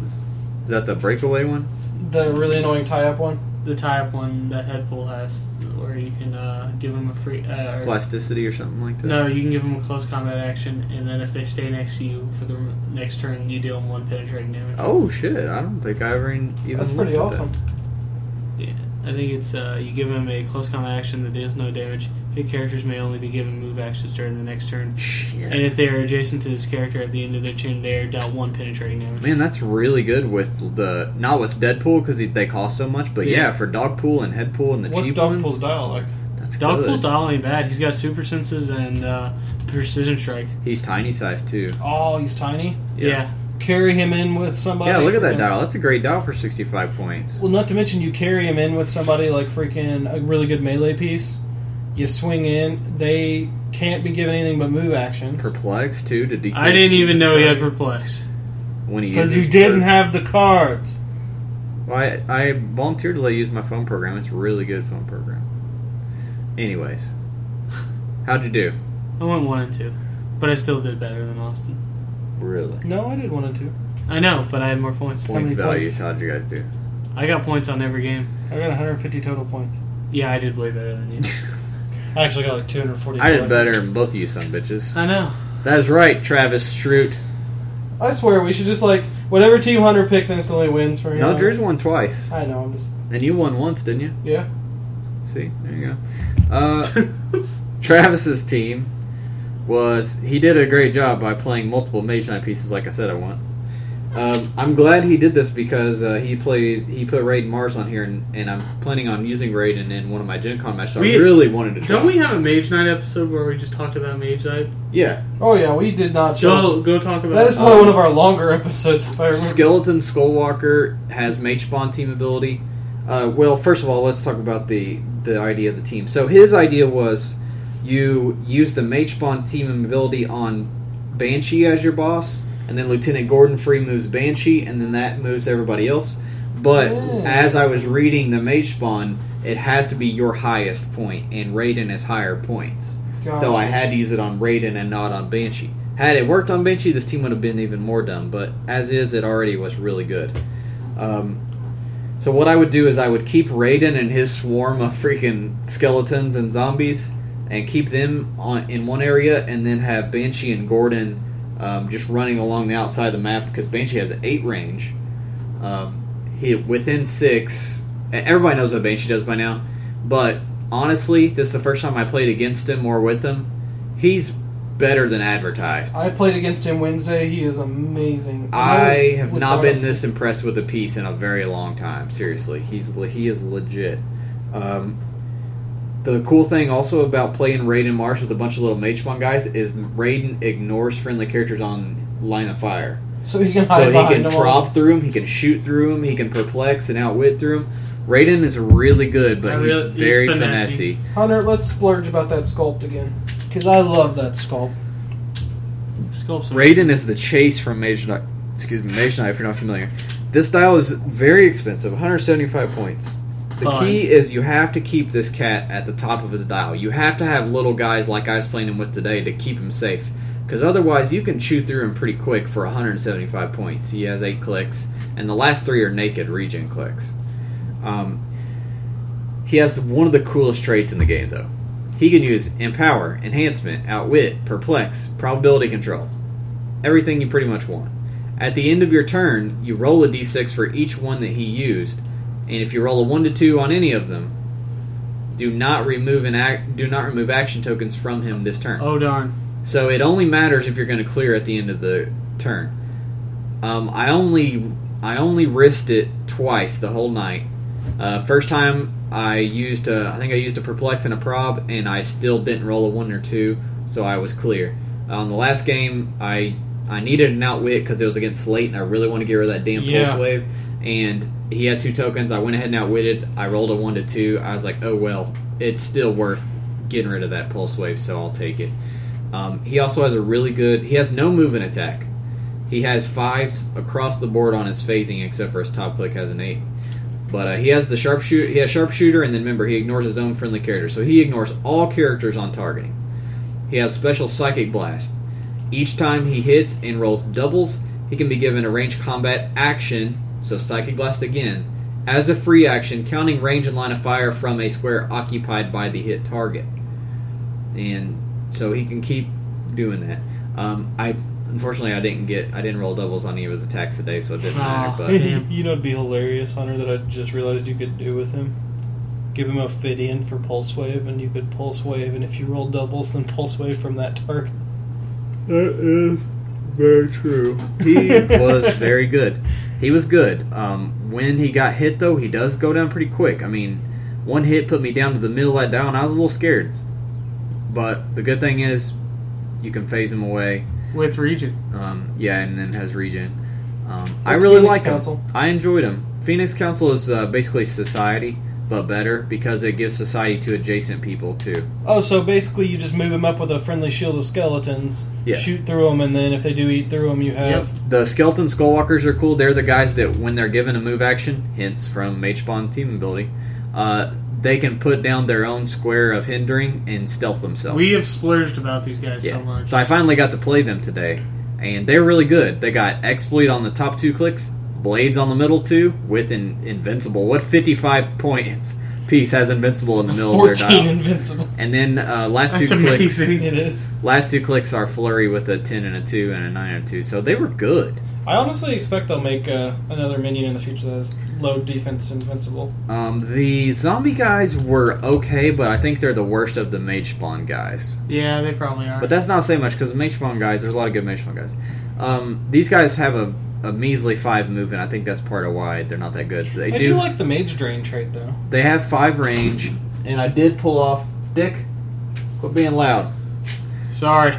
S2: Is that the breakaway one?
S3: The really annoying tie-up one.
S4: the type one that Headpool has, where you can uh, give him a free. Uh, or-
S2: Plasticity or something like that?
S4: no, you can give him a close combat action, and then if they stay next to you for the next turn, you deal them one penetrating damage.
S2: Oh shit! I don't think I ever even.
S3: That's pretty
S2: looked at
S3: awesome.
S4: Yeah, I think it's uh, you give him a close combat action that deals no damage. Hit characters may only be given move actions during the next turn,
S2: That. Shit.
S4: and if they are adjacent to this character at the end of their turn, they are dealt one penetrating damage.
S2: Man, that's really good with the not with Deadpool because they cost so much, but yeah,
S4: Yeah.
S2: for Dogpool and Headpool and the
S3: What's
S2: cheap
S3: Dogpool's
S2: ones,
S3: dial like?
S2: that's
S4: Dogpool's
S2: good.
S4: not ain't bad. He's got super senses and uh, precision strike.
S2: He's tiny size too.
S3: Oh, he's tiny.
S4: Yeah.
S3: Carry him in with somebody.
S2: yeah. Look at that
S3: freaking-
S2: dial. That's a great dial for sixty-five points.
S3: Well, not to mention you carry him in with somebody like freaking a really good melee piece. You swing in. They can't be given anything but move actions
S2: Perplex too to decrease.
S4: I didn't even know he had
S2: damage
S4: perplex.
S2: when he
S3: because
S2: uses
S3: you didn't
S2: per-
S3: have the cards.
S2: Well, I, I volunteered to let you use my phone program. It's a really good phone program. Anyways, how'd you do?
S4: I went one and two, but I still did better than Austin.
S2: Really?
S3: No, I did one and two.
S4: I know, but I had more points.
S2: Points
S3: many
S2: values.
S3: points?
S2: How'd you guys do?
S4: I got points on every game.
S3: I got 150 total points.
S4: Yeah, I did way better
S3: [laughs]
S4: than you.
S2: [laughs]
S3: I actually got like 240.
S2: I did better than both of you, son of bitches.
S4: I know.
S2: That is right, Travis Schrute.
S3: I swear we should just like whatever team Hunter picks instantly wins for him.
S2: No, Drew's won twice,
S3: I know. I'm just
S2: and you won once, didn't you? [laughs]
S3: yeah.
S2: See, there you go.
S4: [laughs]
S2: Uh, Travis's team was he did a great job by playing multiple Mage Knight pieces, like I said I want. Um, I'm glad he did this because uh, he played he put Raid Mars on here, and, and I'm planning on using Raid in, in one of my Gen Con matches.
S4: We-
S2: I really wanted to. try.
S4: Don't we have a Mage Knight episode where we just talked about Mage Knight?
S2: Yeah,
S3: Oh yeah, we did not show.
S4: Joe, go talk
S3: That
S4: about
S3: is
S4: it.
S3: probably one of our longer
S2: Um,
S3: episodes. If I remember.
S2: Skeleton Skullwalker has Mage Spawn team ability. Uh, well, first of all, let's talk about the the idea of the team. So his idea was you use the Mage Spawn team ability on Banshee as your boss, and then Lieutenant Gordon free moves Banshee, and then that moves everybody else. But
S3: Oh.
S2: as I was reading the Mage Spawn, it has to be your highest point, and Raiden is higher points. So I
S3: Gotcha.
S2: had to use it on Raiden and not on Banshee. Had it worked on Banshee, this team would have been even more dumb. But as is, it already was really good. Um, so what I would do is I would keep Raiden and his swarm of freaking skeletons and zombies, and keep them on in one area, and then have Banshee and Gordon um, just running along the outside of the map because Banshee has eight range. Um, he within six. and Everybody knows what Banshee does by now, but honestly, this is the first time I played against him or with him. He's better than advertised.
S3: I played against him Wednesday. He is amazing.
S2: I
S3: was
S2: have
S3: with
S2: not
S3: Dogpool.
S2: been this impressed with a piece in a very long time. Seriously, he's le- he is legit. Um, the cool thing also about playing Raiden Marsh with a bunch of little Magemon guys is Raiden ignores friendly characters on line of fire,
S3: So he can hide
S2: so he
S3: behind
S2: can
S3: them all.
S2: drop through him, he can shoot through him, he can perplex and outwit through him. Raiden is really good,
S4: I
S2: but he's
S4: really- he's
S2: very
S4: finessey.
S2: finessey.
S3: Hunter, let's splurge about that sculpt again because I love that [laughs] sculpt.
S4: Sculpts.
S2: Raiden is the chase from Mage Knight. Excuse me, Mage Knight. If you're not familiar, this dial is very expensive. 175 points. The
S4: Fine.
S2: key is you have to keep this cat at the top of his dial. You have to have little guys like I was playing him with today to keep him safe, because otherwise you can chew through him pretty quick for 175 points. He has eight clicks, and the last three are naked regen clicks. Um, he has one of the coolest traits in the game, though. He can use empower, enhancement, outwit, perplex, probability control. Everything you pretty much want. At the end of your turn, you roll a d6 for each one that he used, and if you roll a 1 to 2 on any of them, do not remove an act, do not remove action tokens from him this turn.
S4: Oh darn.
S2: So it only matters if you're going to clear at the end of the turn. Um, I only I only risked it twice the whole night. Uh, first time I used a, I think I used a perplex and a prob, and I still didn't roll a one or two, so I was clear. On the last game, I I needed an outwit because it was against Slate, and I really want to get rid of that damn
S3: Yeah.
S2: pulse wave. And he had two tokens. I went ahead and outwitted. I rolled a one to two. I was like, oh well, it's still worth getting rid of that pulse wave, so I'll take it. Um, he also has a really good. He has no move and attack. He has fives across the board on his phasing, except for his top click has an eight. But uh, he has the sharpshooter. He has sharpshooter, and then remember he ignores his own friendly character, so he ignores all characters on targeting. He has special psychic blast. Each time he hits and rolls doubles, he can be given a range combat action, so psychic blast again, as a free action, counting range and line of fire from a square occupied by the hit target. And so he can keep doing that. Um, I unfortunately I didn't get I didn't roll doubles on any of his attacks today, so it didn't matter.
S4: Aw.
S2: But
S4: Damn.
S3: you know, it'd be hilarious, Hunter, that I just realized you could do with him. Give him a fit in for pulse wave, and you could pulse wave, and if you roll doubles, then pulse wave from that target.
S2: That is very true. He was very good. He was good. Um, when he got hit, though, he does go down pretty quick. I mean, one hit put me down to the middle of that down. I was a little scared. But the good thing is, you can phase him away.
S4: with region.
S2: Um, yeah, and then has regen. Um, I
S3: What's
S2: really
S3: Phoenix
S2: like
S3: Council?
S2: him. I enjoyed him. Phoenix Council is uh, basically society, but better because it gives society to adjacent people too.
S3: Oh, so basically you just move him up with a friendly shield of skeletons,
S2: Yeah.
S3: shoot through them, and then if they do eat through them, you have.
S2: The skeleton skullwalkers are cool. They're the guys that when they're given a move action, hence from Mage Spawn team ability, uh, they can put down their own square of hindering and stealth themselves.
S4: We have splurged about these guys
S2: Yeah.
S4: so much.
S2: So I finally got to play them today, and they're really good. They got exploit on the top two clicks, blades on the middle two, with an invincible. What fifty-five points piece has invincible in the middle of their
S3: 14
S2: dial?
S3: invincible. [laughs]
S2: And then uh, last
S4: That's
S2: two
S4: [laughs]
S2: clicks,
S4: amazing.
S3: It is.
S2: last two clicks are flurry with a ten and a two and a nine and a two. So they were good.
S3: I honestly expect they'll make uh, another minion in the future that is low defense invincible.
S2: Um, the zombie guys were okay, but I think they're the worst of the mage spawn guys.
S4: Yeah, they probably are.
S2: But that's not saying much because mage spawn guys, there's a lot of good mage spawn guys. Um, these guys have a, a measly five move, and I think that's part of why they're not that good. They
S3: I do
S2: do.
S3: like the mage drain trait though.
S2: they have five range, and I did pull off. Dick, quit being loud.
S4: Sorry.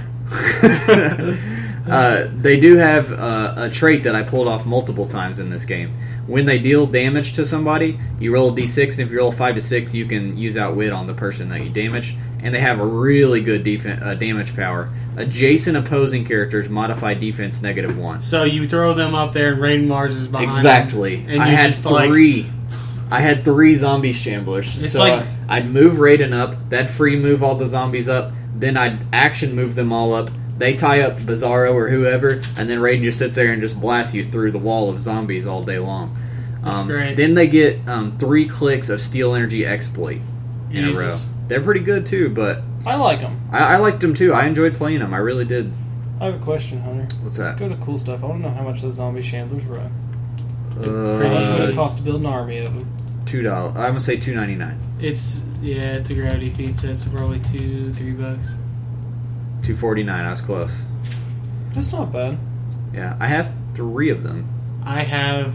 S2: [laughs] uh, they do have uh, a trait that I pulled off multiple times in this game. When they deal damage to somebody, you roll a d6, and if you roll five to six, you can use outwit on the person that you damage. And they have a really good defen uh, damage power. Adjacent opposing characters modify defense negative one.
S4: So you throw them up there, and Raiden Mars is behind. them,
S2: Exactly.
S4: and
S2: I
S4: you
S2: had
S4: just like-
S2: three. I had three zombie shamblers.
S4: It's
S2: so
S4: like-
S2: I, I'd move Raiden up. That free move all the zombies up. Then I'd action move them all up. They tie up Bizarro or whoever, and then Raiden just sits there and just blasts you through the wall of zombies all day long. Um,
S4: great.
S2: Then they get um, three clicks of Steel Energy Exploit in a row.
S4: Jesus.
S2: They're pretty good too, but
S3: I like them.
S2: I, I liked them too. I enjoyed playing them. I really did.
S3: I have a question, Hunter.
S2: What's that?
S3: Go to cool stuff. I want to know how much those zombie shamblers run. How much would it
S2: Uh,
S3: cost to build an army of them?
S2: two dollars. I'm gonna say two ninety nine,
S4: It's yeah, it's a gravity feed, so it's probably two, three bucks.
S2: two forty nine. I was close.
S3: That's not bad.
S2: Yeah, I have three of them.
S4: I have,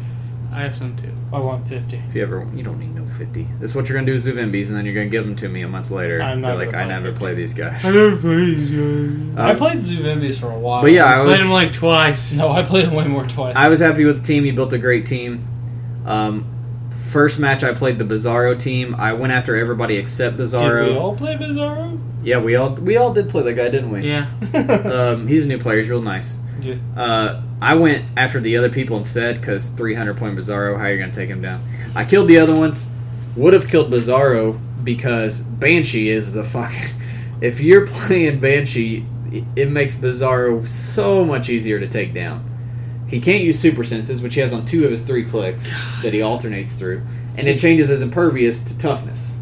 S4: I have some too.
S3: I want fifty.
S2: If you ever, you don't need no fifty. This is what you're gonna do, Zuvimbies, and then you're gonna give them to me a month later.
S3: I'm not
S2: You're like,
S3: gonna
S2: I
S3: buy
S2: never
S3: 50.
S2: play these
S3: [laughs]
S2: guys.
S4: I never played these guys.
S2: Um,
S3: I played Zuvimbis for a while.
S2: But yeah, I
S4: Played them
S2: was,
S4: like
S3: [laughs]
S4: twice.
S3: no, I played him way more twice.
S2: I was happy with the team. You built a great team. Um, first match, I played the Bizarro team. I went after everybody except Bizarro.
S3: Did we all play Bizarro? [laughs]
S2: Yeah, we all we all did play that guy, didn't we?
S4: Yeah,
S2: Um, he's a new player. He's real nice.
S3: yeah.
S2: Uh, I went after the other people instead because 300 point Bizarro, how you going to take him down? I killed the other ones. Would have killed Bizarro because Banshee is the fuck. [laughs] If you're playing Banshee, it- it makes Bizarro so much easier to take down. He can't use super senses, which he has on two of his three clicks that he alternates through, and it changes his impervious to toughness.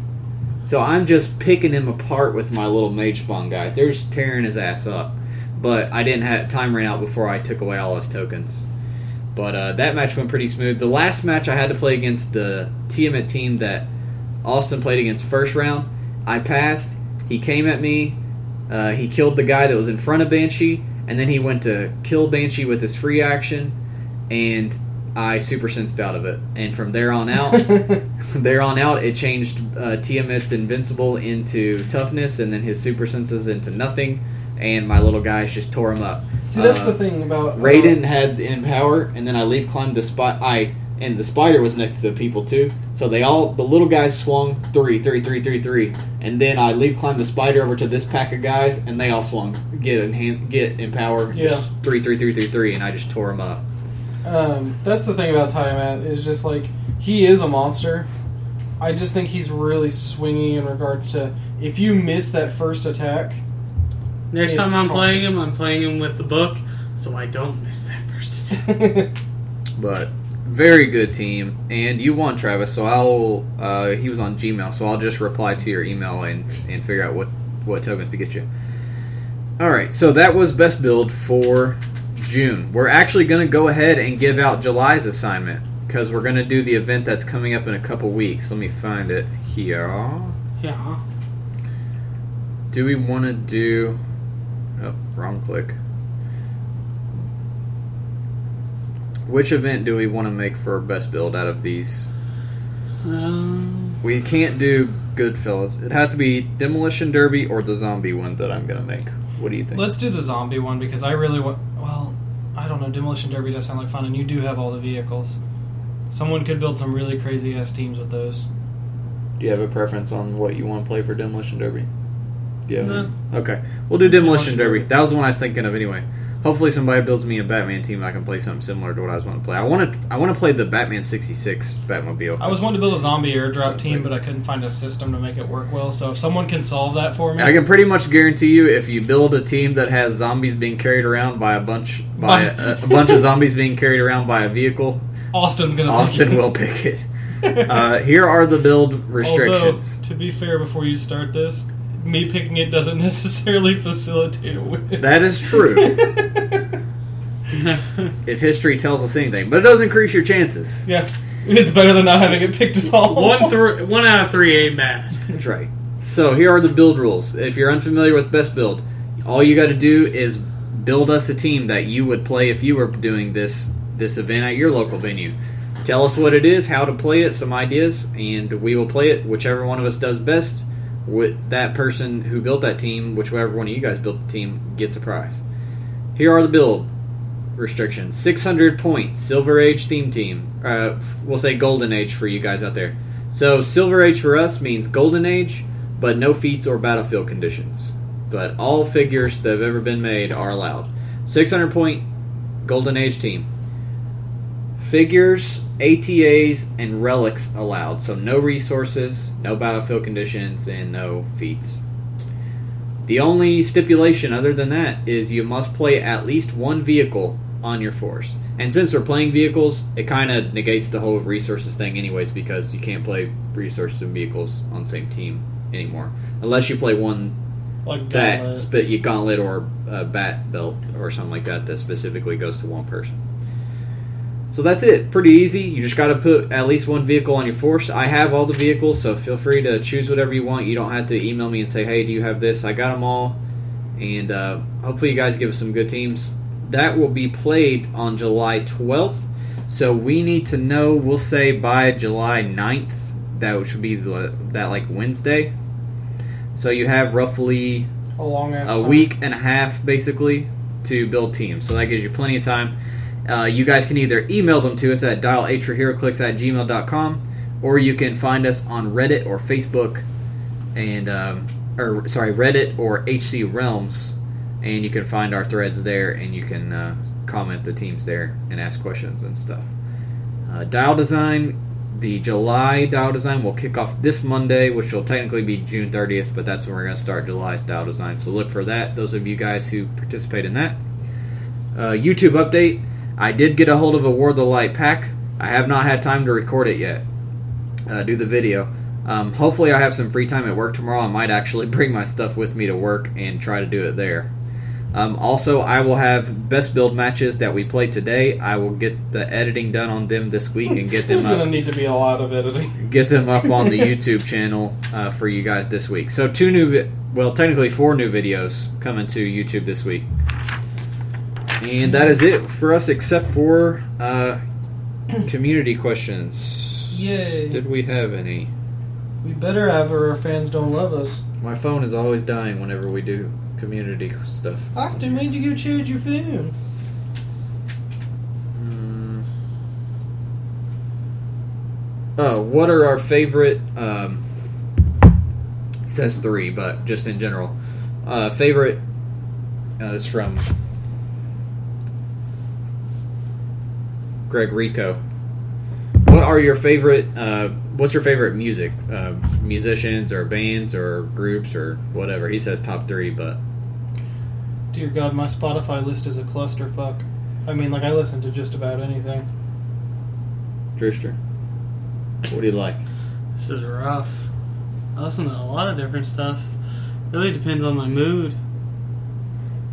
S2: So I'm just picking him apart with my little mage spawn guys. They're just tearing his ass up. But I didn't have time ran out before I took away all his tokens. But uh, that match went pretty smooth. The last match I had to play against the Tiamat team that Austin played against first round. I passed. He came at me. Uh, he killed the guy that was in front of Banshee, and then he went to kill Banshee with his free action, and I super sensed out of it. And from there on
S3: [laughs]
S2: out, there on out, it changed uh, Tiamat's invincible into toughness, and then his super senses into nothing. And my little guys just tore him up.
S3: See, that's
S2: Uh,
S3: the thing about
S2: Raiden had the empower, and then I leap climbed the spot. I
S5: and the spider was next to the people too. So they all the little guys swung three, three, three, three, three, and then I leap climbed the spider over to this pack of guys, and they all swung get in hand, get in power,
S3: Yeah.
S5: just three, three, three, three, three, and I just tore them up.
S3: Um, that's the thing about Tiamat is just like he is a monster. I just think he's really swingy in regards to if you miss that first attack. [laughs]
S4: Next
S3: It's
S4: time I'm
S3: awesome.
S4: playing him, I'm playing him with the book, so I don't miss that
S2: [laughs]
S4: first attack.
S2: but very good team and you won travis so i'll uh, he was on gmail so i'll just reply to your email and and figure out what what tokens to get you all right so that was best build for june we're actually going to go ahead and give out july's assignment because we're going to do the event that's coming up in a couple weeks let me find it here
S4: Yeah.
S2: do we want to do oh wrong click which event do we want to make for best build out of these
S4: Um,
S2: We can't do Goodfellas. It'd have to be Demolition Derby or the zombie one that I'm gonna make. What do you think?
S3: Let's do the zombie one because I really want. Well, I don't know. Demolition Derby does sound like fun, and you do have all the vehicles. Someone could build some really crazy ass teams with those.
S5: Do you have a preference on what you want to play for Demolition Derby? Do you have any-
S4: no.
S2: okay, we'll do Demolition
S4: Demolition
S2: Derby.
S4: Derby.
S2: That was the one I was thinking of anyway. Hopefully, somebody builds me a Batman team. I can play something similar to what I was wanting to play. I want to. I want to play the Batman '66 Batmobile.
S3: I was wanting to build a zombie airdrop team, but I couldn't find a system to make it work well. So if someone can solve that for me,
S2: I can pretty much guarantee you, if you build a team that has zombies being carried around by a bunch by
S3: By-
S2: a, a bunch of zombies being carried around by a vehicle,
S3: Austin's gonna.
S2: Austin
S3: pick it.
S2: will pick it. Uh, here are the build restrictions.
S3: Although, to be fair, before you start this, me picking it doesn't [laughs] necessarily facilitate a win.
S2: that is true. if history tells us anything, but it does increase your chances.
S3: [laughs] yeah, it's better than not having it picked at all. [laughs]
S4: one, thr one out of three ain't bad.
S2: That's right. So here are the build rules. If you're unfamiliar with best build, all you got to do is build us a team that you would play if you were doing this this event at your local venue. Tell us what it is, how to play it, some ideas, and we will play it. Whichever one of us does best, with that person who built that team, whichever one of you guys built the team, gets a prize. Here are the build restrictions 600 points silver age theme team uh, f- we'll say golden age for you guys out there so silver age for us means golden age but no feats or battlefield conditions but all figures that have ever been made are allowed 600 point golden age team figures atas and relics allowed so no resources no battlefield conditions and no feats the only stipulation other than that is you must play at least one vehicle on your force. And since we're playing vehicles, it kind of negates the whole resources thing, anyways, because you can't play resources and vehicles on the same team anymore. Unless you play one
S3: like
S2: that
S3: Gauntlet.
S2: spit you gauntlet or a bat belt or something like that that specifically goes to one person. So that's it. Pretty easy. You just got to put at least one vehicle on your force. I have all the vehicles, so feel free to choose whatever you want. You don't have to email me and say, "Hey, do you have this?" I got them all, and uh, hopefully you guys give us some good teams. That will be played on July 12th. So we need to know. We'll say by July 9th. That which would be the, that like Wednesday. So you have roughly
S3: a long ass
S2: a week and a half basically to build teams. So that gives you plenty of time. Uh, you guys can either email them to us at dialhforheroclicks at gmail.com or you can find us on Reddit or Facebook and, um, or sorry, Reddit or HC Realms. And you can find our threads there and you can uh, comment the teams there and ask questions and stuff. Uh, dial design, the July dial design will kick off this Monday, which will technically be June 30th, but that's when we're going to start July's dial design. So look for that. Those of you guys who participate in that. Uh, YouTube update. I did get a hold of a War of the Light pack. I have not had time to record it yet. Uh, do the video. Um, hopefully, I have some free time at work tomorrow. I might actually [laughs] bring my stuff with me to work and try to do it there. Um, also, I will have best build matches that we played today. I will get the editing done on them this week and get
S3: There's
S2: them
S3: gonna
S2: up
S3: need to be a lot of editing.
S2: get them up on the YouTube channel uh, for you guys this week. So two new, vi- well, technically four new videos coming to YouTube this week, and that is it for us, except for uh, community questions.
S3: Yay!
S2: Did we have any?
S3: we better have, or our fans don't love us.
S2: My phone is always dying whenever we do community stuff.
S3: Austin, when'd you go charge
S6: Hmm.
S3: your phone?
S2: Mm,
S6: Oh, what are our favorite? Um, it says three, but just in general, uh, favorite uh, is from Greg Rico. What are your favorite? Uh, what's your favorite music? Uh, musicians or bands or groups or whatever. He says top three, but
S3: Dear God, my Spotify list is a clusterfuck. I mean, like I listen to just about anything.
S2: Drewster, what do you like?
S4: This is rough. I listen to a lot of different stuff. Really depends on my mood.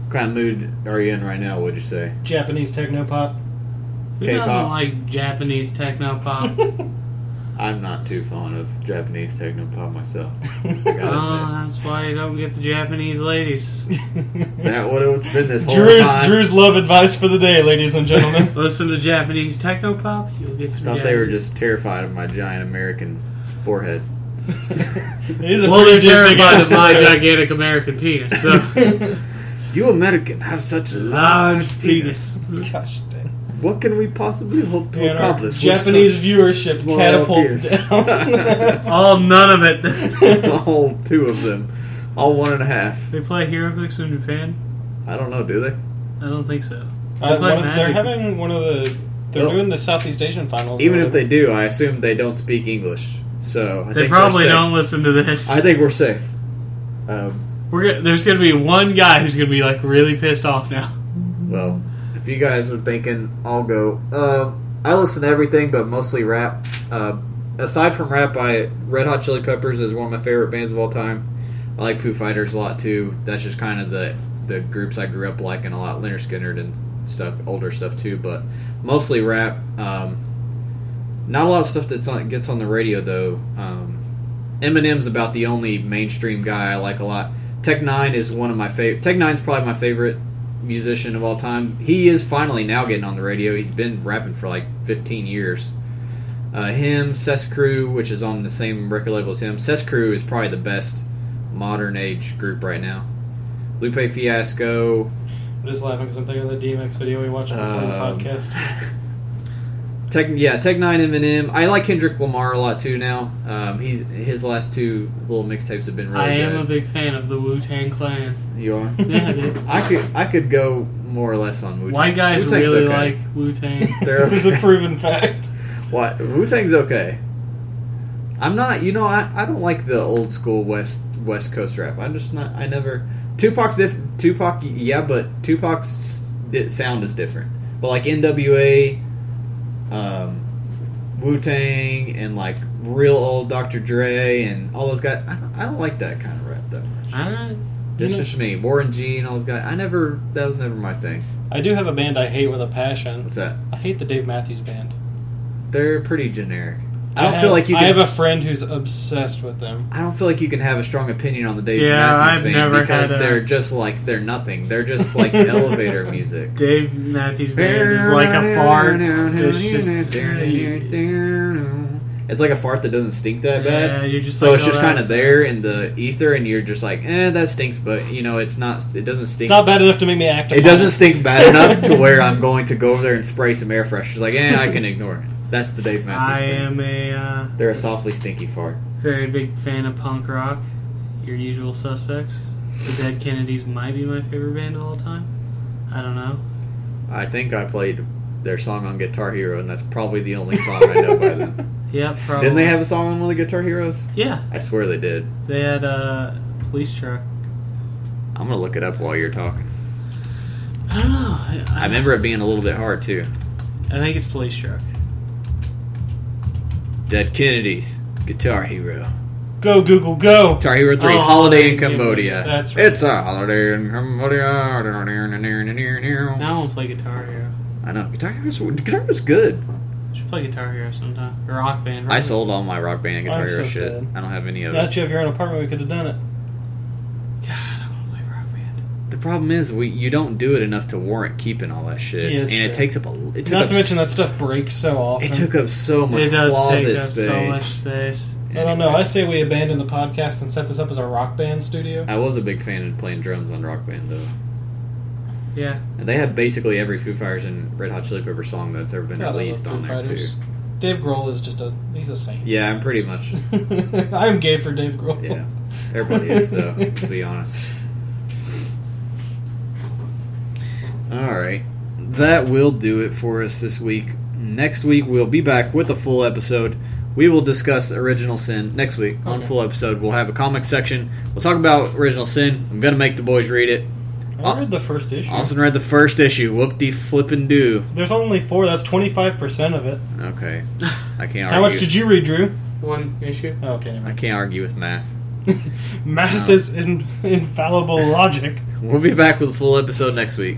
S2: What kind of mood are you in right now? Would you say?
S3: Japanese
S2: [laughs]
S3: techno [laughs] pop.
S4: Who
S2: K-pop.
S4: doesn't like Japanese techno
S2: [laughs]
S4: pop? oh,
S2: I'm not too fond of Japanese techno pop myself. I
S3: Drew
S2: gotta admit.
S4: Oh, that's why you don't get the Japanese ladies.
S2: Is that what it's been this whole
S3: Drew's,
S2: time?
S3: Drew's love advice for the day, ladies and gentlemen.
S4: Listen to Japanese techno pop, you'll get some.
S2: Thought they were
S4: Japanese-
S2: just terrified of my giant American forehead.
S3: it is a
S4: Well, they're
S3: pretty damn big
S4: terrified
S3: ass [laughs]
S4: of my
S3: forehead.
S4: gigantic American penis. So
S2: [laughs] You American have such
S4: large penis.
S3: [laughs] Gosh dang.
S2: What can we possibly hope to
S3: Man, our
S2: accomplish? with
S3: Japanese
S2: such
S3: viewership
S2: small
S3: catapults
S2: peers? [laughs]
S3: down. Uh,
S4: All none of it. [laughs]
S2: all two of them, all one and a half.
S4: they play HeroClix in Japan.
S2: I don't know. Do they?
S4: I don't think so. They
S3: Uh,
S4: play
S3: one of- they're
S4: Magic.
S3: having one of the. They're
S2: Well,
S3: doing the Southeast Asian finals.
S2: Even
S3: or
S2: if they do, I assume they don't speak English. So I think
S4: They
S2: we're
S4: probably
S2: safe.
S4: don't listen to this.
S2: I think we're safe. Um,
S4: We're go- there's gonna be one guy who's gonna be like really pissed off now.
S2: well, if you guys are thinking, I'll go. Uh, I listen to everything, but mostly rap. Uh, aside from rap, I Red Hot Chili Peppers is one of my favorite bands of all time. I like Foo Fighters a lot too. That's just kind of the the groups I grew up liking a lot. Leonard Skinner and stuff, older stuff too, but mostly rap. Um, not a lot of stuff that's on, gets on the radio though. Um, Eminem's about the only mainstream guy I like a lot. Tech Nine is one of my favorite. Tech Nine's probably my favorite musician of all time. He is finally now getting on the radio. He's been rapping for like 15 years. Uh, him, Cess Crew, which is on the same record label as him. Cess Crew is probably the best modern age group right now. Lupe Fiasco, [laughs]
S3: I'm just laughing because I'm thinking of the DMX video we watched before the
S2: Um,
S3: podcast.
S2: Tech, yeah, Tech Nine, Eminem. I like Kendrick Lamar a lot too now. Um, he's his last two little mixtapes have been really
S4: I am a
S2: good.
S4: big fan of the Wu Tang Clan.
S2: you
S4: [laughs]
S2: are.
S4: Yeah, dude.
S2: I could I could go more or less on Wu Tang.
S4: White guys really like Wu Tang.
S2: [laughs] They're
S3: this is a
S2: okay.
S3: proven fact.
S2: [laughs] what Wu Tang's okay. I'm not. You know, I, I don't like the old school West West Coast rap. I'm just not. I never. Tupac's diff. Tupac, yeah, but Tupac's di- sound is different. But like N.W.A., um, Wu Tang, and like real old Dr. Dre, and all those guys. I don't, I don't like that kind of rap that much.
S4: I,
S2: It's
S3: know-
S2: just me, Warren G, and all those guys. I never. That was never my thing.
S3: I do have a band I hate with a passion.
S2: What's that?
S3: I hate the Dave Matthews Band.
S2: They're pretty generic. I don't
S3: have-
S2: feel like you. Can,
S3: I have a friend who's obsessed with them.
S2: I don't feel like you can have a strong opinion on the Dave
S4: Yeah,
S2: Matthews
S4: I've
S2: Band
S4: never
S2: because
S4: had a-
S2: they're just like they're nothing. They're just
S4: [laughs]
S2: like elevator music.
S4: Dave Matthews Band is like a fart.
S2: [laughs]
S4: It's just
S2: It's like a fart that doesn't stink that
S4: yeah,
S2: bad.
S4: you're just
S2: so
S4: like,
S2: it's
S4: oh,
S2: just
S4: that
S2: kind of
S4: was-
S2: there in the ether, and you're just like, eh, that stinks. But you know, it's not. It doesn't
S3: It's
S2: stink.
S3: not bad enough to make me act.
S2: It
S3: upon
S2: doesn't stink bad enough
S4: [laughs]
S2: to where I'm going to go over there and spray some air fresheners. Like, eh, I can ignore it. That's the Dave Matthews.
S4: I
S2: Band.
S4: am a uh,
S2: They're a softly stinky fart.
S4: very big fan of punk rock. Your usual suspects. The Dead Kennedys might be my favorite band of all time. I don't know.
S2: I think I played their song on Guitar Hero, and that's probably the only song I know by them.
S3: [laughs]
S4: Yeah, probably.
S2: Didn't they have a song on one of the Guitar Heroes?
S4: Yeah,
S2: I swear they did.
S4: they had a police truck.
S2: I'm gonna look it up while you're talking.
S4: I don't know. I,
S2: I remember it being a little bit hard too.
S4: I think it's police truck.
S2: Dead Kennedys, Guitar Hero,
S3: Go Google, go.
S2: Guitar Hero Three,
S4: Oh,
S2: Holiday in
S4: yeah,
S2: Cambodia.
S3: that's right.
S2: It's a holiday in Cambodia.
S4: Now I want to play Guitar Hero.
S2: I know Guitar Hero's Guitar Hero's good.
S4: I should play Guitar Hero sometime. Or Rock Band.
S2: I
S4: right?
S2: sold all my Rock Band and Guitar
S3: I'm
S2: Hero
S3: so
S2: shit.
S3: sad.
S2: I don't have any of
S3: Now
S2: it.
S3: that you have your own apartment, we could have done it.
S4: God, I want to play Rock Band.
S2: The problem is we you don't do it enough to warrant keeping all that shit,
S3: Yeah,
S2: and
S3: it's
S2: it
S3: true.
S2: takes up a. It took
S3: Not
S2: up
S3: to mention that stuff breaks so often.
S2: It took up so much
S4: it does
S2: closet
S4: take up
S2: space.
S4: so much space.
S3: I don't know. I say we abandon the podcast and set this up as a rock band studio.
S2: I was a big fan of playing drums on Rock Band though.
S4: Yeah.
S2: And they had basically every Foo Fighters and Red Hot Chili Pepper song that's ever been
S3: God, I love
S2: released
S3: Foo
S2: on there
S3: Fighters.
S2: too.
S3: Dave Grohl is just a he's a saint.
S5: Yeah, I'm pretty much.
S3: [laughs] I'm gay for Dave Grohl.
S5: Yeah, everybody is though. to be honest.
S2: All right. That will do it for us this week. Next week, we'll be back with a full episode. We will discuss Original Sin next week on
S3: Okay.
S2: full episode. We'll have a comic section. We'll talk about Original Sin. I'm going to make the boys read it.
S3: [laughs] I read the first issue.
S2: Austin read the first issue. Whoop de flippin' do.
S3: There's only four. That's 25 percent of it. [laughs]
S2: Okay. I can't argue.
S3: How much did you read, Drew?
S4: One issue.
S3: Oh, okay. never
S2: I
S3: mind.
S2: can't argue with math.
S3: Math
S2: No.
S3: is in, [laughs] infallible logic.
S2: We'll be back with a full episode next week.